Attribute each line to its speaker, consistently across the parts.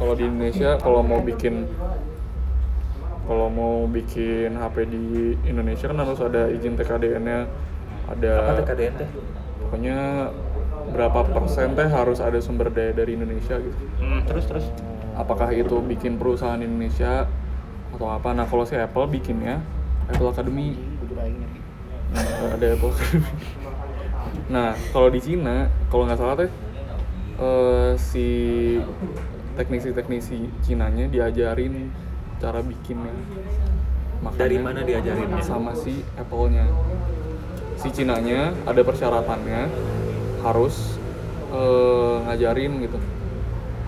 Speaker 1: kalau di Indonesia kalau mau bikin kalau mau bikin HP di Indonesia kan harus ada izin TKDN-nya ada
Speaker 2: Apa TKDN teh?
Speaker 1: pokoknya berapa persen teh harus ada sumber daya dari Indonesia gitu
Speaker 2: Hmm, terus terus.
Speaker 1: apakah itu bikin perusahaan Indonesia atau apa nah kalau si Apple bikinnya Apple Academy Nah, ada Apple Academy nah kalau di Cina kalau nggak salah teh eh, si teknisi-teknisi Cinanya diajarin cara bikinnya Makanya
Speaker 2: Dari mana diajarinnya?
Speaker 1: sama si Apple-nya si Cinanya ada persyaratannya harus eh, ngajarin gitu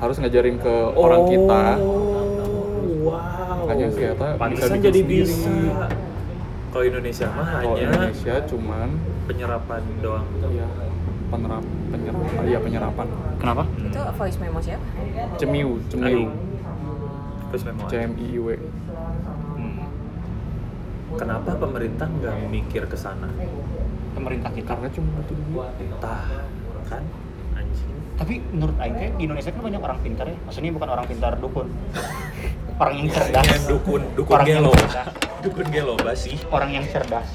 Speaker 1: harus ngajarin ke orang kita
Speaker 2: Oh, Wow.
Speaker 1: Makanya si Eta bisa
Speaker 2: Pantesan
Speaker 1: bikin
Speaker 2: jadi
Speaker 1: sendiri.
Speaker 2: bisa. Kalau Indonesia mah
Speaker 1: kalau
Speaker 2: hanya
Speaker 1: Indonesia cuman
Speaker 2: penyerapan doang.
Speaker 1: ya penerap penyerapan ya penyerapan
Speaker 3: Kenapa?
Speaker 4: Itu voice memo siapa?
Speaker 1: cemiu cemiu
Speaker 2: Aduh. Terus memang Hmm.
Speaker 1: CMIIW
Speaker 2: kenapa pemerintah nggak mikir ke sana?
Speaker 3: Pemerintah kita.
Speaker 1: karena cuma butuh duit
Speaker 2: Tah, kan anjing.
Speaker 3: Tapi menurut Aing teh, di Indonesia kan banyak orang pintar ya. Maksudnya bukan orang pintar dukun. orang yang cerdas.
Speaker 2: Kayak dukun, dukun
Speaker 3: orang
Speaker 2: gelo.
Speaker 3: Yang cerdas.
Speaker 2: Dukun gelo basi.
Speaker 3: Orang yang cerdas.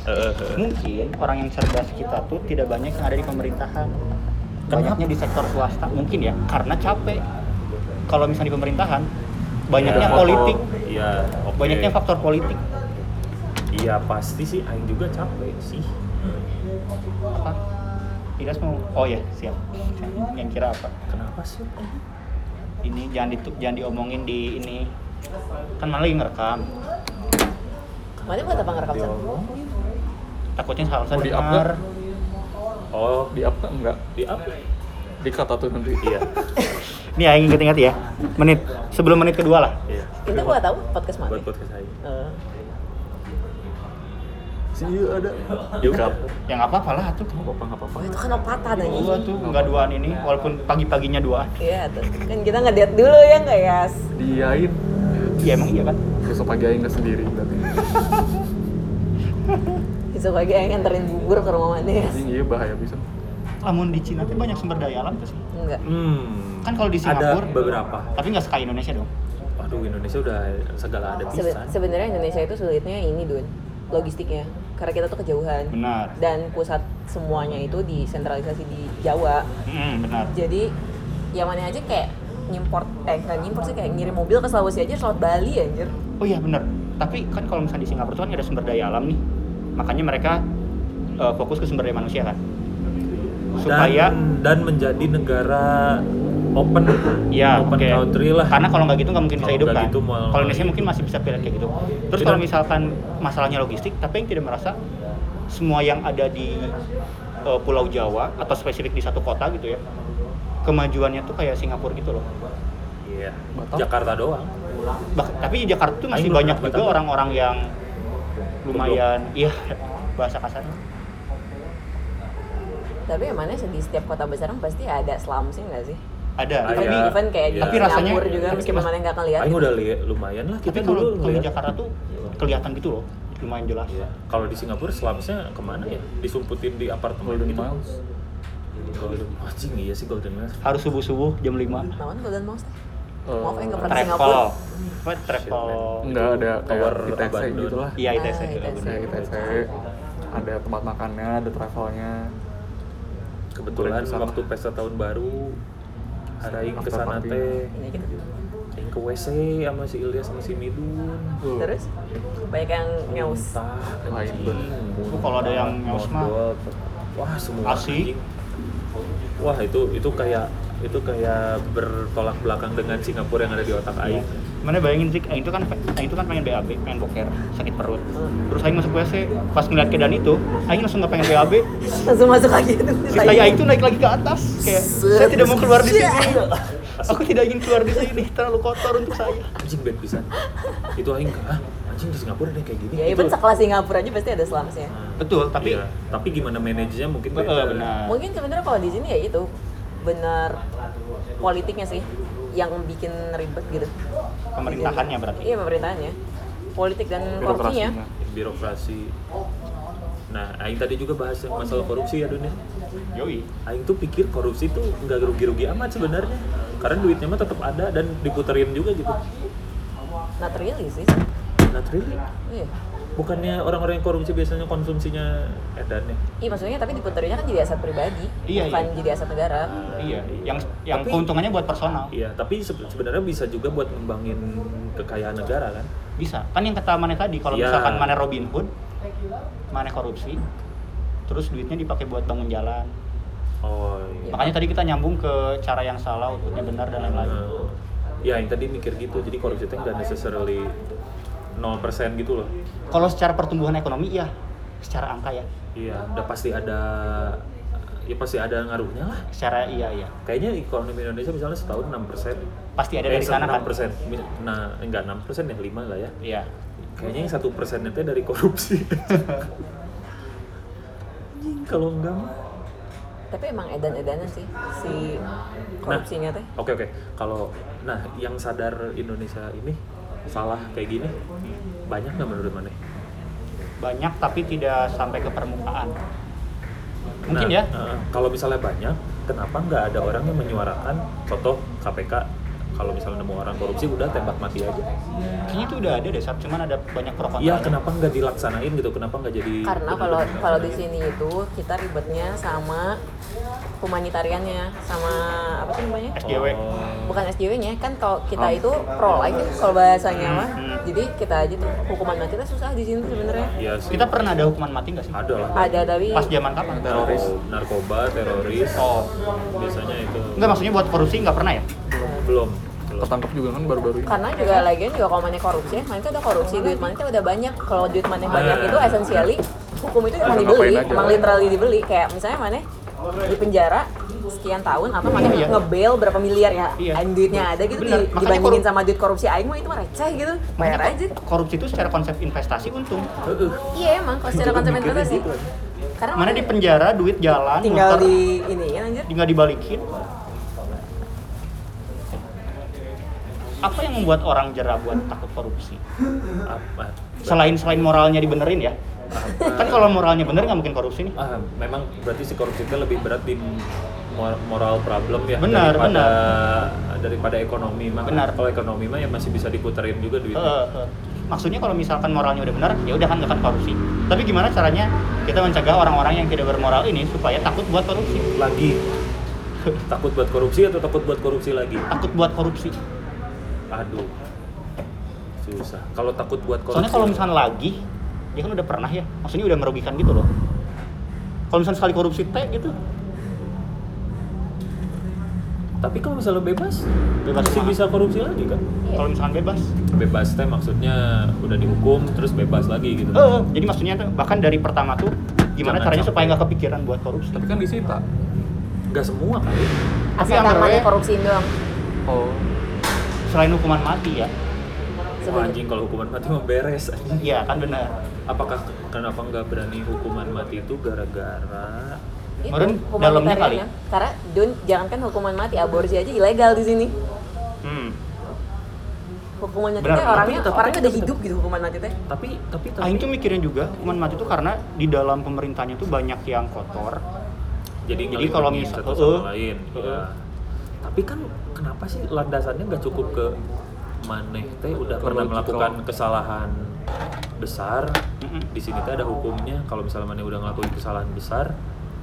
Speaker 3: Mungkin orang yang cerdas kita tuh tidak banyak yang ada di pemerintahan. Banyaknya di sektor swasta mungkin ya, karena capek. Kalau misalnya di pemerintahan, banyaknya politik,
Speaker 2: Iya, oke.
Speaker 3: banyaknya faktor politik.
Speaker 2: Iya, pasti sih aing juga capek sih.
Speaker 3: Apa? Idas mau Oh ya, siap. Yang kira apa?
Speaker 2: Kenapa sih?
Speaker 3: Eh, Ini jangan ditu- jangan diomongin di ini. Kan malah lagi ngerekam.
Speaker 4: Kemarin buat apa ngerekam
Speaker 2: Ya
Speaker 4: San?
Speaker 3: Takutnya salah
Speaker 1: Mau di-upload?
Speaker 3: dengar.
Speaker 2: Oh,
Speaker 1: di apa enggak
Speaker 2: di apa?
Speaker 1: di kata tuh nanti
Speaker 2: Iya,
Speaker 3: Nih aing inget-inget ya. Menit sebelum menit kedua lah.
Speaker 2: iya.
Speaker 4: Itu gua tahu podcast mana.
Speaker 2: Buat podcast aing.
Speaker 4: Eh,
Speaker 1: si Ieu ada
Speaker 2: Yuk, Kap.
Speaker 3: Ya nggak apa-apa lah tuh.
Speaker 1: apa apa nggak apa
Speaker 4: wah, itu kan opatan
Speaker 3: Dua
Speaker 4: aja.
Speaker 3: tuh nggak duaan ini walaupun pagi-paginya duaan.
Speaker 4: Iya tuh. Kan kita ngeliat dulu ya nggak ya?
Speaker 1: diain
Speaker 3: Iya emang iya kan.
Speaker 1: besok pagi aing nggak sendiri berarti
Speaker 4: Besok pagi yang nganterin bubur ke rumah mana ya?
Speaker 1: anjing iya bahaya bisa
Speaker 3: Lamun di Cina tuh banyak sumber daya alam tuh.
Speaker 4: Enggak.
Speaker 2: Hmm.
Speaker 3: Kan kalau di Singapura
Speaker 2: ada beberapa.
Speaker 3: Tapi nggak sekaya Indonesia dong.
Speaker 2: Waduh, Indonesia udah segala ada
Speaker 4: Sebe-
Speaker 2: pisan.
Speaker 4: Sebenarnya Indonesia itu sulitnya ini Dun. Logistiknya. Karena kita tuh kejauhan.
Speaker 3: Benar.
Speaker 4: Dan pusat semuanya itu disentralisasi di Jawa.
Speaker 3: Mm, benar.
Speaker 4: Jadi yang mana aja kayak nyimport eh nggak nyimport sih kayak ngirim mobil ke Sulawesi aja Sulawesi Bali anjir.
Speaker 3: Oh iya benar. Tapi kan kalau misalnya di Singapura tuh kan ada sumber daya alam nih. Makanya mereka eh, fokus ke sumber daya manusia kan. Supaya
Speaker 2: dan, dan menjadi negara open
Speaker 3: Iya,
Speaker 2: open
Speaker 3: oke.
Speaker 2: country lah
Speaker 3: Karena kalau nggak gitu nggak mungkin bisa
Speaker 2: Kalau
Speaker 3: hidup
Speaker 2: nggak
Speaker 3: kan.
Speaker 2: gitu Iya. malah-
Speaker 3: kalau Indonesia mungkin masih bisa pilih kayak gitu. Terus
Speaker 2: Tidak.
Speaker 3: kalau misalkan masalahnya logistik, tapi yang tidak merasa semua yang ada di eh, Pulau Jawa atau spesifik di satu kota gitu ya, kemajuannya tuh kayak Singapura gitu loh.
Speaker 2: Iya.
Speaker 1: Batam.
Speaker 2: Jakarta doang
Speaker 3: Bah- tapi di Jakarta tuh masih
Speaker 2: Aing belum
Speaker 3: banyak
Speaker 2: pernah
Speaker 3: juga
Speaker 2: Batam.
Speaker 3: orang-orang yang lumayan, iya bahasa kasarnya.
Speaker 4: Tapi yang mana sih di setiap kota besar kan pasti ada slumsnya nggak sih?
Speaker 3: Ada.
Speaker 2: Ah,
Speaker 4: Even,
Speaker 2: iya.
Speaker 4: even kayak di
Speaker 2: Tapi
Speaker 4: Singapura
Speaker 3: rasanya-
Speaker 4: juga
Speaker 3: tapi
Speaker 4: meskipun
Speaker 3: mas-
Speaker 4: mana nggak ngeliat
Speaker 2: Aing udah li- lumayan lah
Speaker 3: Tapi
Speaker 2: kita
Speaker 3: kalau
Speaker 2: dulu
Speaker 3: kalau di
Speaker 2: lihat.
Speaker 3: Jakarta tuh kelihatan gitu loh, lumayan jelas.
Speaker 2: Iya. kalau di Singapura slumsnya kemana ya disumputin di apartemen
Speaker 1: golden
Speaker 2: gitu
Speaker 1: miles
Speaker 2: Golden anjing iya sih Golden Miles
Speaker 3: Harus subuh-subuh jam 5
Speaker 4: Namun Golden Mouse teh.
Speaker 1: Eh,
Speaker 4: Maaf, enggak
Speaker 3: Oh,
Speaker 4: pernah.
Speaker 3: travel.
Speaker 4: Singapura.
Speaker 3: Apa travel?
Speaker 1: nggak ada kayak
Speaker 2: Tower
Speaker 1: ITC
Speaker 2: abandon.
Speaker 1: gitu lah
Speaker 3: Iya, ITC.
Speaker 4: Ah, ITC.
Speaker 1: kayak ITC ada tempat makannya ada travelnya
Speaker 2: kebetulan
Speaker 1: Boleh kesana.
Speaker 2: waktu pesta tahun baru hari
Speaker 1: After
Speaker 2: ke sana
Speaker 1: party.
Speaker 2: teh
Speaker 4: Ini gitu.
Speaker 2: aing ke WC sama si Ilyas sama si Midun
Speaker 1: Tuh.
Speaker 4: Terus banyak yang nyaus.
Speaker 2: Muntah,
Speaker 1: Lain
Speaker 2: anjing.
Speaker 1: banget.
Speaker 3: iya, Kalau ada yang nyaus mah.
Speaker 2: Mondok. Wah, semua
Speaker 3: Asik.
Speaker 2: anjing. Wah, itu itu kayak itu kayak bertolak belakang dengan Singapura yang ada di otak
Speaker 3: Iya.
Speaker 2: aing.
Speaker 3: Mana bayangin sih, Aing itu kan Aing itu kan pengen BAB, pengen boker, sakit perut. Terus Aing masuk WC, pas ngeliat keadaan itu, Aing langsung nggak pengen BAB.
Speaker 4: Langsung masuk lagi itu.
Speaker 3: Saya Aing tuh naik lagi ke atas, ya kayak saya tidak mau keluar di sini. Aku tidak ingin keluar di sini, terlalu kotor untuk saya.
Speaker 2: Anjing bad pisan. itu aing ah, anjing di Singapura ada yang kayak gini.
Speaker 4: Ya
Speaker 2: Itu-
Speaker 4: even sekelas Singapura aja pasti ada slumsnya.
Speaker 3: Nah. Betul, tapi
Speaker 2: Iya, tapi gimana manajernya mungkin
Speaker 3: Eh,
Speaker 2: beda.
Speaker 3: benar.
Speaker 4: Mungkin sebenarnya kalau di sini ya itu benar politiknya sih yang bikin ribet gitu.
Speaker 3: Pemerintahannya berarti.
Speaker 4: Iya pemerintahannya. Politik dan korupsinya.
Speaker 1: birokrasinya
Speaker 2: birokrasi. Nah, aing tadi juga bahas yang masalah korupsi ya Dun ya.
Speaker 3: Yoi.
Speaker 2: Aing tuh pikir korupsi tuh nggak rugi-rugi amat sebenarnya. karena duitnya mah tetap ada dan diputerin juga gitu
Speaker 4: Not really sih.
Speaker 2: not really
Speaker 4: Iya.
Speaker 2: bukannya orang-orang yang korupsi biasanya konsumsinya edan ya
Speaker 4: Iya maksudnya tapi diputernya kan jadi aset pribadi,
Speaker 3: Iya,
Speaker 4: bukan
Speaker 3: iya.
Speaker 4: jadi aset negara.
Speaker 3: Iya, yang yang
Speaker 2: Tapi-
Speaker 3: keuntungannya buat personal.
Speaker 2: iya tapi sebe- sebenarnya bisa juga buat ngembangin kekayaan negara kan
Speaker 3: Bisa. Kan yang kata Mane tadi kalau
Speaker 2: Iya.
Speaker 3: misalkan Mane Robin Hood, Mane korupsi, terus duitnya dipakai buat bangun jalan.
Speaker 2: oh iya
Speaker 3: Makanya tadi kita nyambung ke cara yang salah, outputnya benar dan lain-lain.
Speaker 2: Nah, ya yang tadi mikir gitu jadi korupsi itu nggak necessarily 0% gitu loh
Speaker 3: Kalau secara pertumbuhan ekonomi iya, secara angka ya.
Speaker 2: iya udah pasti ada ya pasti ada ngaruhnya lah
Speaker 3: Secara iya iya.
Speaker 2: kayaknya ekonomi Indonesia misalnya setahun 6 persen
Speaker 3: Pasti ada dari sana kan.
Speaker 2: 6 persen nah enggak 6 persen ya 5 lah ya
Speaker 3: Iya.
Speaker 2: kayaknya yang satu persennya teh dari korupsi Anjing, kalau enggak mah
Speaker 4: Tapi emang edan-edanan sih si
Speaker 3: Nah.
Speaker 4: korupsinya teh.
Speaker 2: oke oke kalau nah yang sadar Indonesia ini salah kayak gini banyak nggak menurut mana
Speaker 3: Banyak tapi tidak sampai ke permukaan. Mungkin
Speaker 2: Nah,
Speaker 3: ya.
Speaker 2: eh, kalau misalnya banyak, kenapa nggak ada orang yang menyuarakan contoh KPK kalau misalnya nemu orang korupsi udah tembak mati aja.
Speaker 3: Kayaknya itu udah ada deh, Sab. cuman ada banyak pro kontra.
Speaker 2: Iya, kenapa nggak dilaksanain gitu? Kenapa nggak jadi
Speaker 4: Karena kalau kalau di sini itu kita ribetnya sama humanitariannya, sama apa sih namanya?
Speaker 3: SJW.
Speaker 2: Oh.
Speaker 4: Bukan SJW-nya kan kalau kita
Speaker 1: Oh.
Speaker 4: itu pro life kalau bahasanya mah.
Speaker 3: hmm.
Speaker 4: Jadi kita aja tuh hukuman mati tuh susah di sini tuh sebenarnya.
Speaker 2: Iya sih.
Speaker 3: Kita pernah ada hukuman mati nggak sih?
Speaker 2: ada lah.
Speaker 4: Ada tapi
Speaker 3: Pas zaman kapan?
Speaker 2: Teroris, narkoba, teroris.
Speaker 3: Oh.
Speaker 2: Biasanya itu.
Speaker 3: Enggak maksudnya buat korupsi nggak pernah ya?
Speaker 2: Belum. belum.
Speaker 1: Ketangkep juga kan baru-baru ini.
Speaker 4: karena juga lagian juga kalau mana korupsi, mana tuh ada korupsi, duit mana tuh udah banyak. Kalau duit mana
Speaker 3: Ah.
Speaker 4: yang banyak
Speaker 2: Nah.
Speaker 4: itu essentially hukum itu emang
Speaker 1: Bisa
Speaker 4: dibeli,
Speaker 1: ngapain aja.
Speaker 4: emang literally dibeli. Kayak misalnya mana di penjara sekian tahun atau mana
Speaker 3: Iya.
Speaker 4: ngebel berapa miliar ya,
Speaker 3: Iya.
Speaker 4: aing duitnya ada gitu
Speaker 3: Benar.
Speaker 4: di-
Speaker 3: Makanya
Speaker 4: dibandingin
Speaker 3: korup-
Speaker 4: sama duit korupsi aing mah itu mah receh gitu, bayar aja.
Speaker 3: Korupsi itu secara konsep investasi untung.
Speaker 2: Heeh.
Speaker 4: Iya emang kalau secara konsep itu sih. Karena
Speaker 3: Mana di penjara duit jalan,
Speaker 4: tinggal
Speaker 3: muter,
Speaker 4: di ini ya anjir.
Speaker 3: tinggal dibalikin. Apa yang membuat orang jera buat takut korupsi?
Speaker 2: Apa?
Speaker 3: Selain selain moralnya dibenerin ya.
Speaker 2: Apa?
Speaker 3: Kan kalau moralnya bener nggak mungkin korupsi nih.
Speaker 2: Ah, memang berarti si korupsi itu lebih berat di mor- moral problem ya
Speaker 3: Benar,
Speaker 2: daripada
Speaker 3: benar.
Speaker 2: daripada ekonomi mah
Speaker 3: Benar.
Speaker 2: kalau ekonomi mah ya masih bisa diputerin juga duitnya
Speaker 3: Heeh, heeh. Eh, Maksudnya kalau misalkan moralnya udah benar, ya udah kan nggak akan korupsi. Tapi gimana caranya kita mencegah orang-orang yang tidak bermoral ini supaya takut buat korupsi?
Speaker 2: lagi takut buat korupsi atau takut buat korupsi lagi
Speaker 3: Takut buat korupsi.
Speaker 2: aduh susah kalau takut buat korupsi
Speaker 3: Soalnya kalau misalkan lagi, ya kan udah pernah ya. Maksudnya udah merugikan gitu loh. Kalau misalkan sekali korupsi teh gitu,
Speaker 2: tapi kalau misalnya bebas
Speaker 3: Bebas
Speaker 2: masih
Speaker 3: kemana?
Speaker 2: bisa korupsi lagi kan
Speaker 3: kalau misalkan bebas.
Speaker 2: bebas teh maksudnya udah dihukum terus bebas lagi gitu
Speaker 3: Eh, eh. jadi maksudnya tuh, bahkan dari pertama tuh gimana
Speaker 2: Jangan sampai.
Speaker 3: caranya supaya nggak kepikiran buat korupsi?
Speaker 1: Tapi kan disita.
Speaker 2: nggak semua kali
Speaker 3: Tapi
Speaker 4: Asal
Speaker 3: yang
Speaker 4: mana
Speaker 3: namanya-
Speaker 4: korupsiin doang
Speaker 1: Oh.
Speaker 3: Selain hukuman mati ya,
Speaker 2: Wah,
Speaker 4: sebenarnya.
Speaker 2: anjing kalau hukuman mati mah beres anjing.
Speaker 3: iya kan benar.
Speaker 2: apakah kenapa nggak berani hukuman mati itu gara-gara
Speaker 4: Itu,
Speaker 3: Kemarin
Speaker 4: hukuman
Speaker 3: dalamnya
Speaker 4: ditariannya.
Speaker 3: kali.
Speaker 4: Karena Jun, jangankan hukuman mati, aborsi aja ilegal di sini.
Speaker 3: Hmm.
Speaker 4: Hukuman mati
Speaker 3: Benar,
Speaker 4: teh
Speaker 3: benar.
Speaker 4: orangnya
Speaker 2: Tapi tetap-
Speaker 4: orangnya udah
Speaker 2: tetap-
Speaker 4: hidup gitu hukuman mati teh.
Speaker 2: tapi tapi tapi
Speaker 3: Aing tuh mikirnya juga hukuman mati tuh karena di dalam pemerintahnya tuh banyak yang kotor.
Speaker 2: jadi
Speaker 3: Jadi
Speaker 2: ngelindungin
Speaker 3: kalau misal-
Speaker 2: satu sama
Speaker 3: eh,
Speaker 2: lain
Speaker 3: eh.
Speaker 2: ya. tapi kan kenapa sih landasannya nggak cukup ke maneh teh udah
Speaker 1: Ke
Speaker 2: pernah
Speaker 1: logical.
Speaker 2: melakukan kesalahan besar
Speaker 3: Mm-mm.
Speaker 2: di sini teh ada hukumnya kalau misalnya maneh udah ngelakuin kesalahan besar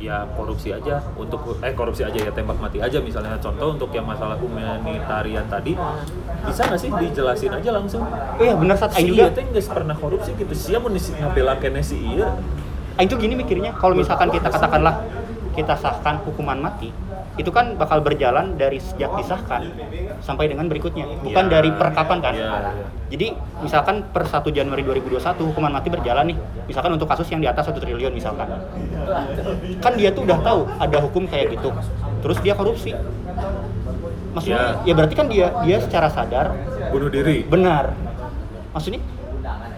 Speaker 2: ya korupsi aja untuk eh korupsi aja ya tembak mati aja misalnya contoh untuk yang masalah humanitarian tadi bisa nggak sih dijelasin aja langsung
Speaker 3: Oh iya benar saat Aing
Speaker 2: si iya
Speaker 3: juga.
Speaker 2: teh nggak pernah korupsi gitu sih mau ngabela kene si iya
Speaker 3: Aing tuh Ah, gini mikirnya, kalau misalkan kita katakanlah kita sahkan hukuman mati, itu kan bakal berjalan dari sejak disahkan sampai dengan berikutnya, bukan
Speaker 2: Ya,
Speaker 3: dari perkapan kan.
Speaker 2: ya, ya.
Speaker 3: Jadi misalkan per 1 Januari 2021 hukuman mati berjalan nih, misalkan untuk kasus yang di atas 1 triliun misalkan. Kan dia tuh udah tahu ada hukum kayak gitu. Terus dia korupsi. Maksudnya ya berarti kan dia dia secara sadar
Speaker 2: bunuh diri
Speaker 3: benar. Maksudnya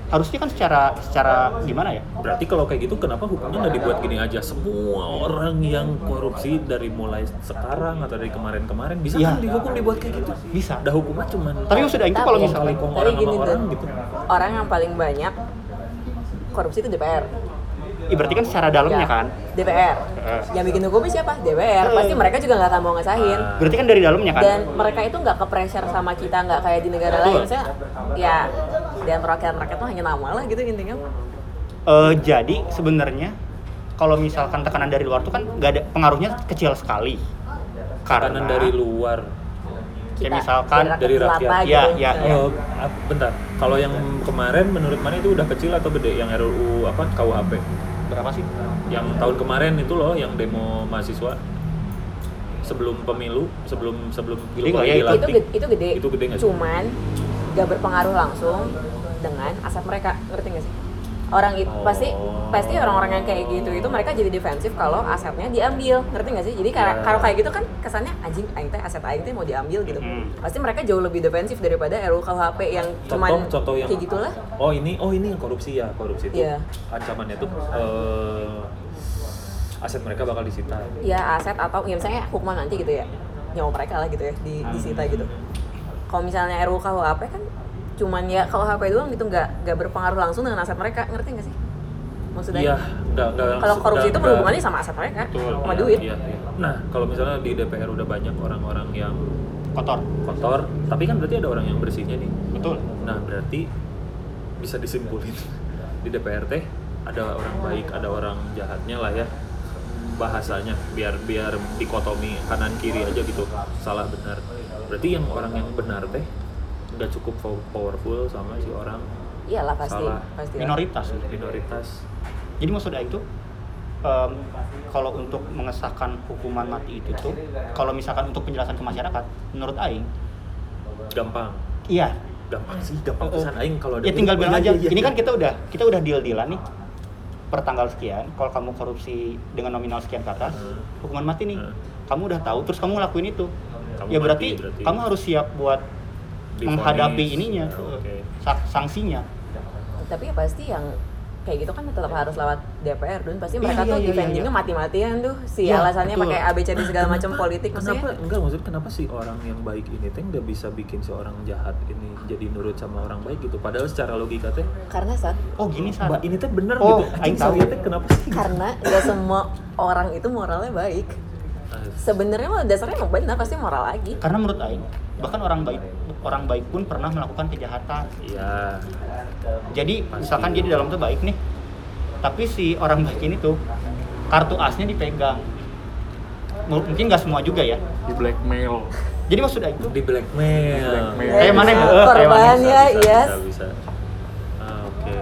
Speaker 3: harusnya kan secara secara gimana ya?
Speaker 2: Berarti kalau kayak gitu kenapa hukumnya nggak dibuat gini aja? Semua orang yang korupsi dari mulai sekarang atau dari kemarin-kemarin bisa
Speaker 3: Iya.
Speaker 2: kan dihukum dibuat kayak gitu?
Speaker 3: Bisa.
Speaker 2: Ada hukumnya cuman
Speaker 3: Tapi maksud Aing tuh Nah, kalau
Speaker 4: Tapi-
Speaker 3: misalnya
Speaker 2: kong
Speaker 4: Tapi
Speaker 3: gitu.
Speaker 2: orang sama
Speaker 4: gini
Speaker 2: orang
Speaker 4: Dun.
Speaker 2: gitu.
Speaker 4: Orang yang paling banyak korupsi itu DPR.
Speaker 3: Ih, berarti kan secara dalamnya
Speaker 4: Ya.
Speaker 3: kan. Eh.
Speaker 4: DPR.
Speaker 3: Heeh.
Speaker 4: Yang bikin hukumnya siapa? DPR. Pasti mereka juga nggak tambah ngesahin.
Speaker 2: Ah.
Speaker 3: Berarti kan dari dalamnya kan.
Speaker 4: Dan mereka itu nggak ke pressure sama kita, nggak kayak di negara lain. Saya, ya, dan perwakilan rakyat tuh hanya nama lah gitu intinya.
Speaker 3: Eh, jadi sebenarnya kalau misalkan tekanan dari luar tuh kan nggak ada pengaruhnya kecil sekali. Karena
Speaker 2: Tekanan dari luar.
Speaker 4: Kita,
Speaker 3: misalkan
Speaker 2: dari
Speaker 4: rakyat jelata
Speaker 3: rakyat. Ya, ya,
Speaker 2: Eh, ap- bentar, kalau yang kemarin menurut mana itu udah kecil atau gede yang RUU apa KUHP?
Speaker 3: berapa sih?
Speaker 2: Yang tahun kemarin itu loh yang demo mahasiswa sebelum pemilu, sebelum sebelum
Speaker 3: Gede nggak ya
Speaker 2: Jokowi
Speaker 3: itu?
Speaker 4: itu gede, itu gede.
Speaker 2: Iya, Itu gede nggak sih?
Speaker 4: Cuman gak berpengaruh langsung dengan aset mereka, ngerti nggak sih? Orang itu pasti
Speaker 2: Oh.
Speaker 4: pasti orang-orang yang kayak gitu itu mereka jadi defensif kalau asetnya diambil, ngerti nggak sih? Jadi
Speaker 2: Ya.
Speaker 4: kar- kalau kayak gitu kan kesannya anjing aing teh aset aing teh mau diambil gitu.
Speaker 3: Mhm.
Speaker 4: Pasti mereka jauh lebih defensif daripada RUU KUHP yang cuman
Speaker 2: contoh yang
Speaker 4: kayak gitulah.
Speaker 2: Oh ini, oh ini yang korupsi ya korupsi itu
Speaker 4: Iya.
Speaker 2: ancamannya tuh eh, aset mereka bakal disita.
Speaker 4: ya aset atau ya misalnya hukuman nanti gitu ya nyawa mereka lah gitu ya di
Speaker 2: Hmm.
Speaker 4: disita gitu kalau misalnya RUU KUHP kan cuman ya KUHP doang gitu nggak nggak berpengaruh langsung dengan aset mereka ngerti nggak sih maksudnya
Speaker 2: Iya, nggak nggak.
Speaker 4: ya? kalau korupsi
Speaker 2: nggak-
Speaker 4: itu
Speaker 2: nggak-
Speaker 4: berhubungannya sama aset mereka sama
Speaker 2: Iya,
Speaker 4: duit
Speaker 2: iya, iya. Nah kalau misalnya di DPR udah banyak orang-orang yang
Speaker 3: Kotor.
Speaker 2: kotor, tapi kan berarti ada orang yang bersihnya nih.
Speaker 3: Betul.
Speaker 2: Nah berarti bisa disimpulin di DPR teh ada orang baik, ada orang jahatnya lah ya bahasanya biar biar dikotomi kanan kiri aja gitu salah benar berarti yang orang yang benar teh nggak cukup pow- powerful sama si orang
Speaker 4: iyalah pasti
Speaker 2: Salah.
Speaker 4: pasti lah.
Speaker 3: Minoritas. gitu.
Speaker 2: minoritas
Speaker 3: Jadi maksudnya itu em, kalau untuk mengesahkan hukuman mati itu tuh kalau misalkan untuk penjelasan ke masyarakat menurut aing
Speaker 2: gampang
Speaker 3: iya
Speaker 2: gampang sih gampang
Speaker 3: Eh,
Speaker 2: pesan aing kalau ada
Speaker 3: ya tinggal
Speaker 2: Oh,
Speaker 3: bilang
Speaker 2: iya,
Speaker 3: aja
Speaker 2: iya,
Speaker 3: ini
Speaker 2: iya.
Speaker 3: kan kita udah kita udah deal dealan nih per tanggal sekian kalau kamu korupsi dengan nominal sekian ke atas
Speaker 2: Hmm.
Speaker 3: hukuman mati nih
Speaker 2: Hmm.
Speaker 3: kamu udah tahu terus kamu ngelakuin itu
Speaker 2: Kamu
Speaker 3: ya berarti,
Speaker 2: mati, berarti.
Speaker 3: kamu harus siap buat
Speaker 2: Difonis,
Speaker 3: menghadapi ininya
Speaker 2: ya, oke.
Speaker 3: sa- sanksinya
Speaker 4: tapi ya pasti yang kayak gitu kan tetap
Speaker 2: Iya.
Speaker 4: harus lewat DPR dan pasti
Speaker 3: Iya,
Speaker 4: mereka
Speaker 3: iya, iya,
Speaker 4: tuh
Speaker 3: iya,
Speaker 4: defendingnya
Speaker 3: iya.
Speaker 4: mati-matian tuh si
Speaker 3: Iya,
Speaker 4: alasannya
Speaker 3: betul.
Speaker 4: pakai ABCD segala macam
Speaker 2: Kenapa-
Speaker 4: politik maksudnya
Speaker 2: kenapa enggak maksud kenapa sih orang yang baik ini teh nggak bisa bikin si orang jahat ini jadi nurut sama orang baik gitu padahal secara logika teh
Speaker 4: karena saat
Speaker 3: oh gini Sar.
Speaker 2: mbak ini teh bener
Speaker 3: Oh,
Speaker 2: gitu anjing
Speaker 3: aing tahu.
Speaker 2: saya teh kenapa sih
Speaker 4: karena nggak semua orang itu moralnya baik sebenarnya mah dasarnya emang benar pasti moral lagi
Speaker 3: karena menurut aing bahkan orang baik orang baik pun pernah melakukan kejahatan
Speaker 2: iya
Speaker 3: Jadi misalkan dia di dalam tuh baik nih, tapi si orang baik ini tuh kartu asnya dipegang. M- Mungkin nggak semua juga ya.
Speaker 1: di blackmail
Speaker 3: Jadi maksudnya itu
Speaker 2: di blackmail
Speaker 1: Blackmail.
Speaker 3: Kayak mana yang- eh, kayak mana
Speaker 4: korban
Speaker 3: yang-
Speaker 4: ya yes
Speaker 2: bisa, bisa. Ah, oke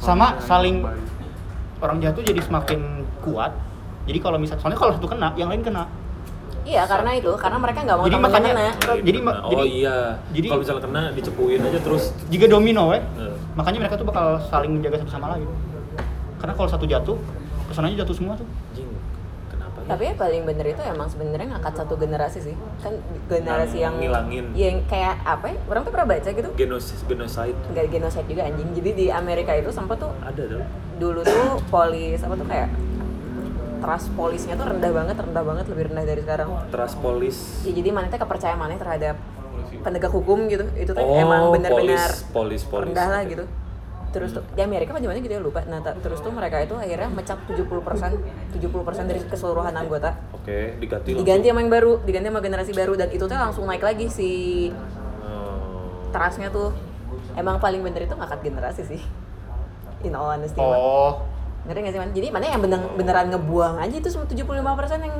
Speaker 3: sama
Speaker 1: Orang
Speaker 3: saling
Speaker 1: baik.
Speaker 3: orang jahat tuh jadi semakin kuat. Jadi kalau misalnya soalnya kalau satu kena, yang lain kena.
Speaker 4: iya karena itu karena mereka nggak mau
Speaker 3: Jadi
Speaker 4: temennya
Speaker 3: makanya-
Speaker 4: kena
Speaker 2: Kalau
Speaker 3: Jadi,
Speaker 2: kena-
Speaker 3: ma-
Speaker 2: oh
Speaker 3: jadi-
Speaker 2: iya
Speaker 3: jadi-
Speaker 2: kalau misalnya kena dicepuin aja terus
Speaker 3: Jika domino weh,
Speaker 2: eh,
Speaker 3: makanya mereka tuh bakal saling menjaga satu sama lain. Karena kalau satu jatuh, kesananya jatuh semua tuh.
Speaker 2: anjing kenapa ya
Speaker 4: tapi yang paling bener itu emang sebenarnya ngangkat satu generasi sih kan generasi yang Iya,
Speaker 2: Ngilangin.
Speaker 4: yang kayak apa ya orang tuh pernah baca gitu
Speaker 2: genosis genoside
Speaker 4: nggak genosida juga anjing jadi di Amerika itu sempat tuh
Speaker 2: ada dong
Speaker 4: dulu tuh polis apa tuh kayak trust polisnya tuh rendah banget rendah banget lebih rendah dari sekarang
Speaker 2: trust police
Speaker 4: ya, jadi mana teh kepercayaan mana terhadap penegak hukum gitu itu tuh
Speaker 2: Oh,
Speaker 4: emang benar-benar
Speaker 2: polis, polis,
Speaker 4: rendah lah
Speaker 2: polis.
Speaker 4: gitu terus tuh di Amerika apa gimana gitu ya lupa nah ta- terus tuh mereka itu akhirnya mecap 70% 70% dari keseluruhan anggota
Speaker 2: oke diganti langsung.
Speaker 4: diganti sama yang baru diganti sama generasi baru dan itu tuh langsung naik lagi si
Speaker 2: Oh.
Speaker 4: trustnya tuh emang paling bener itu ngangkat generasi sih in all honesty Man.
Speaker 3: Oh,
Speaker 4: Ngerti gak sih man? Jadi mana yang bener- beneran ngebuang aja itu semua 75% yang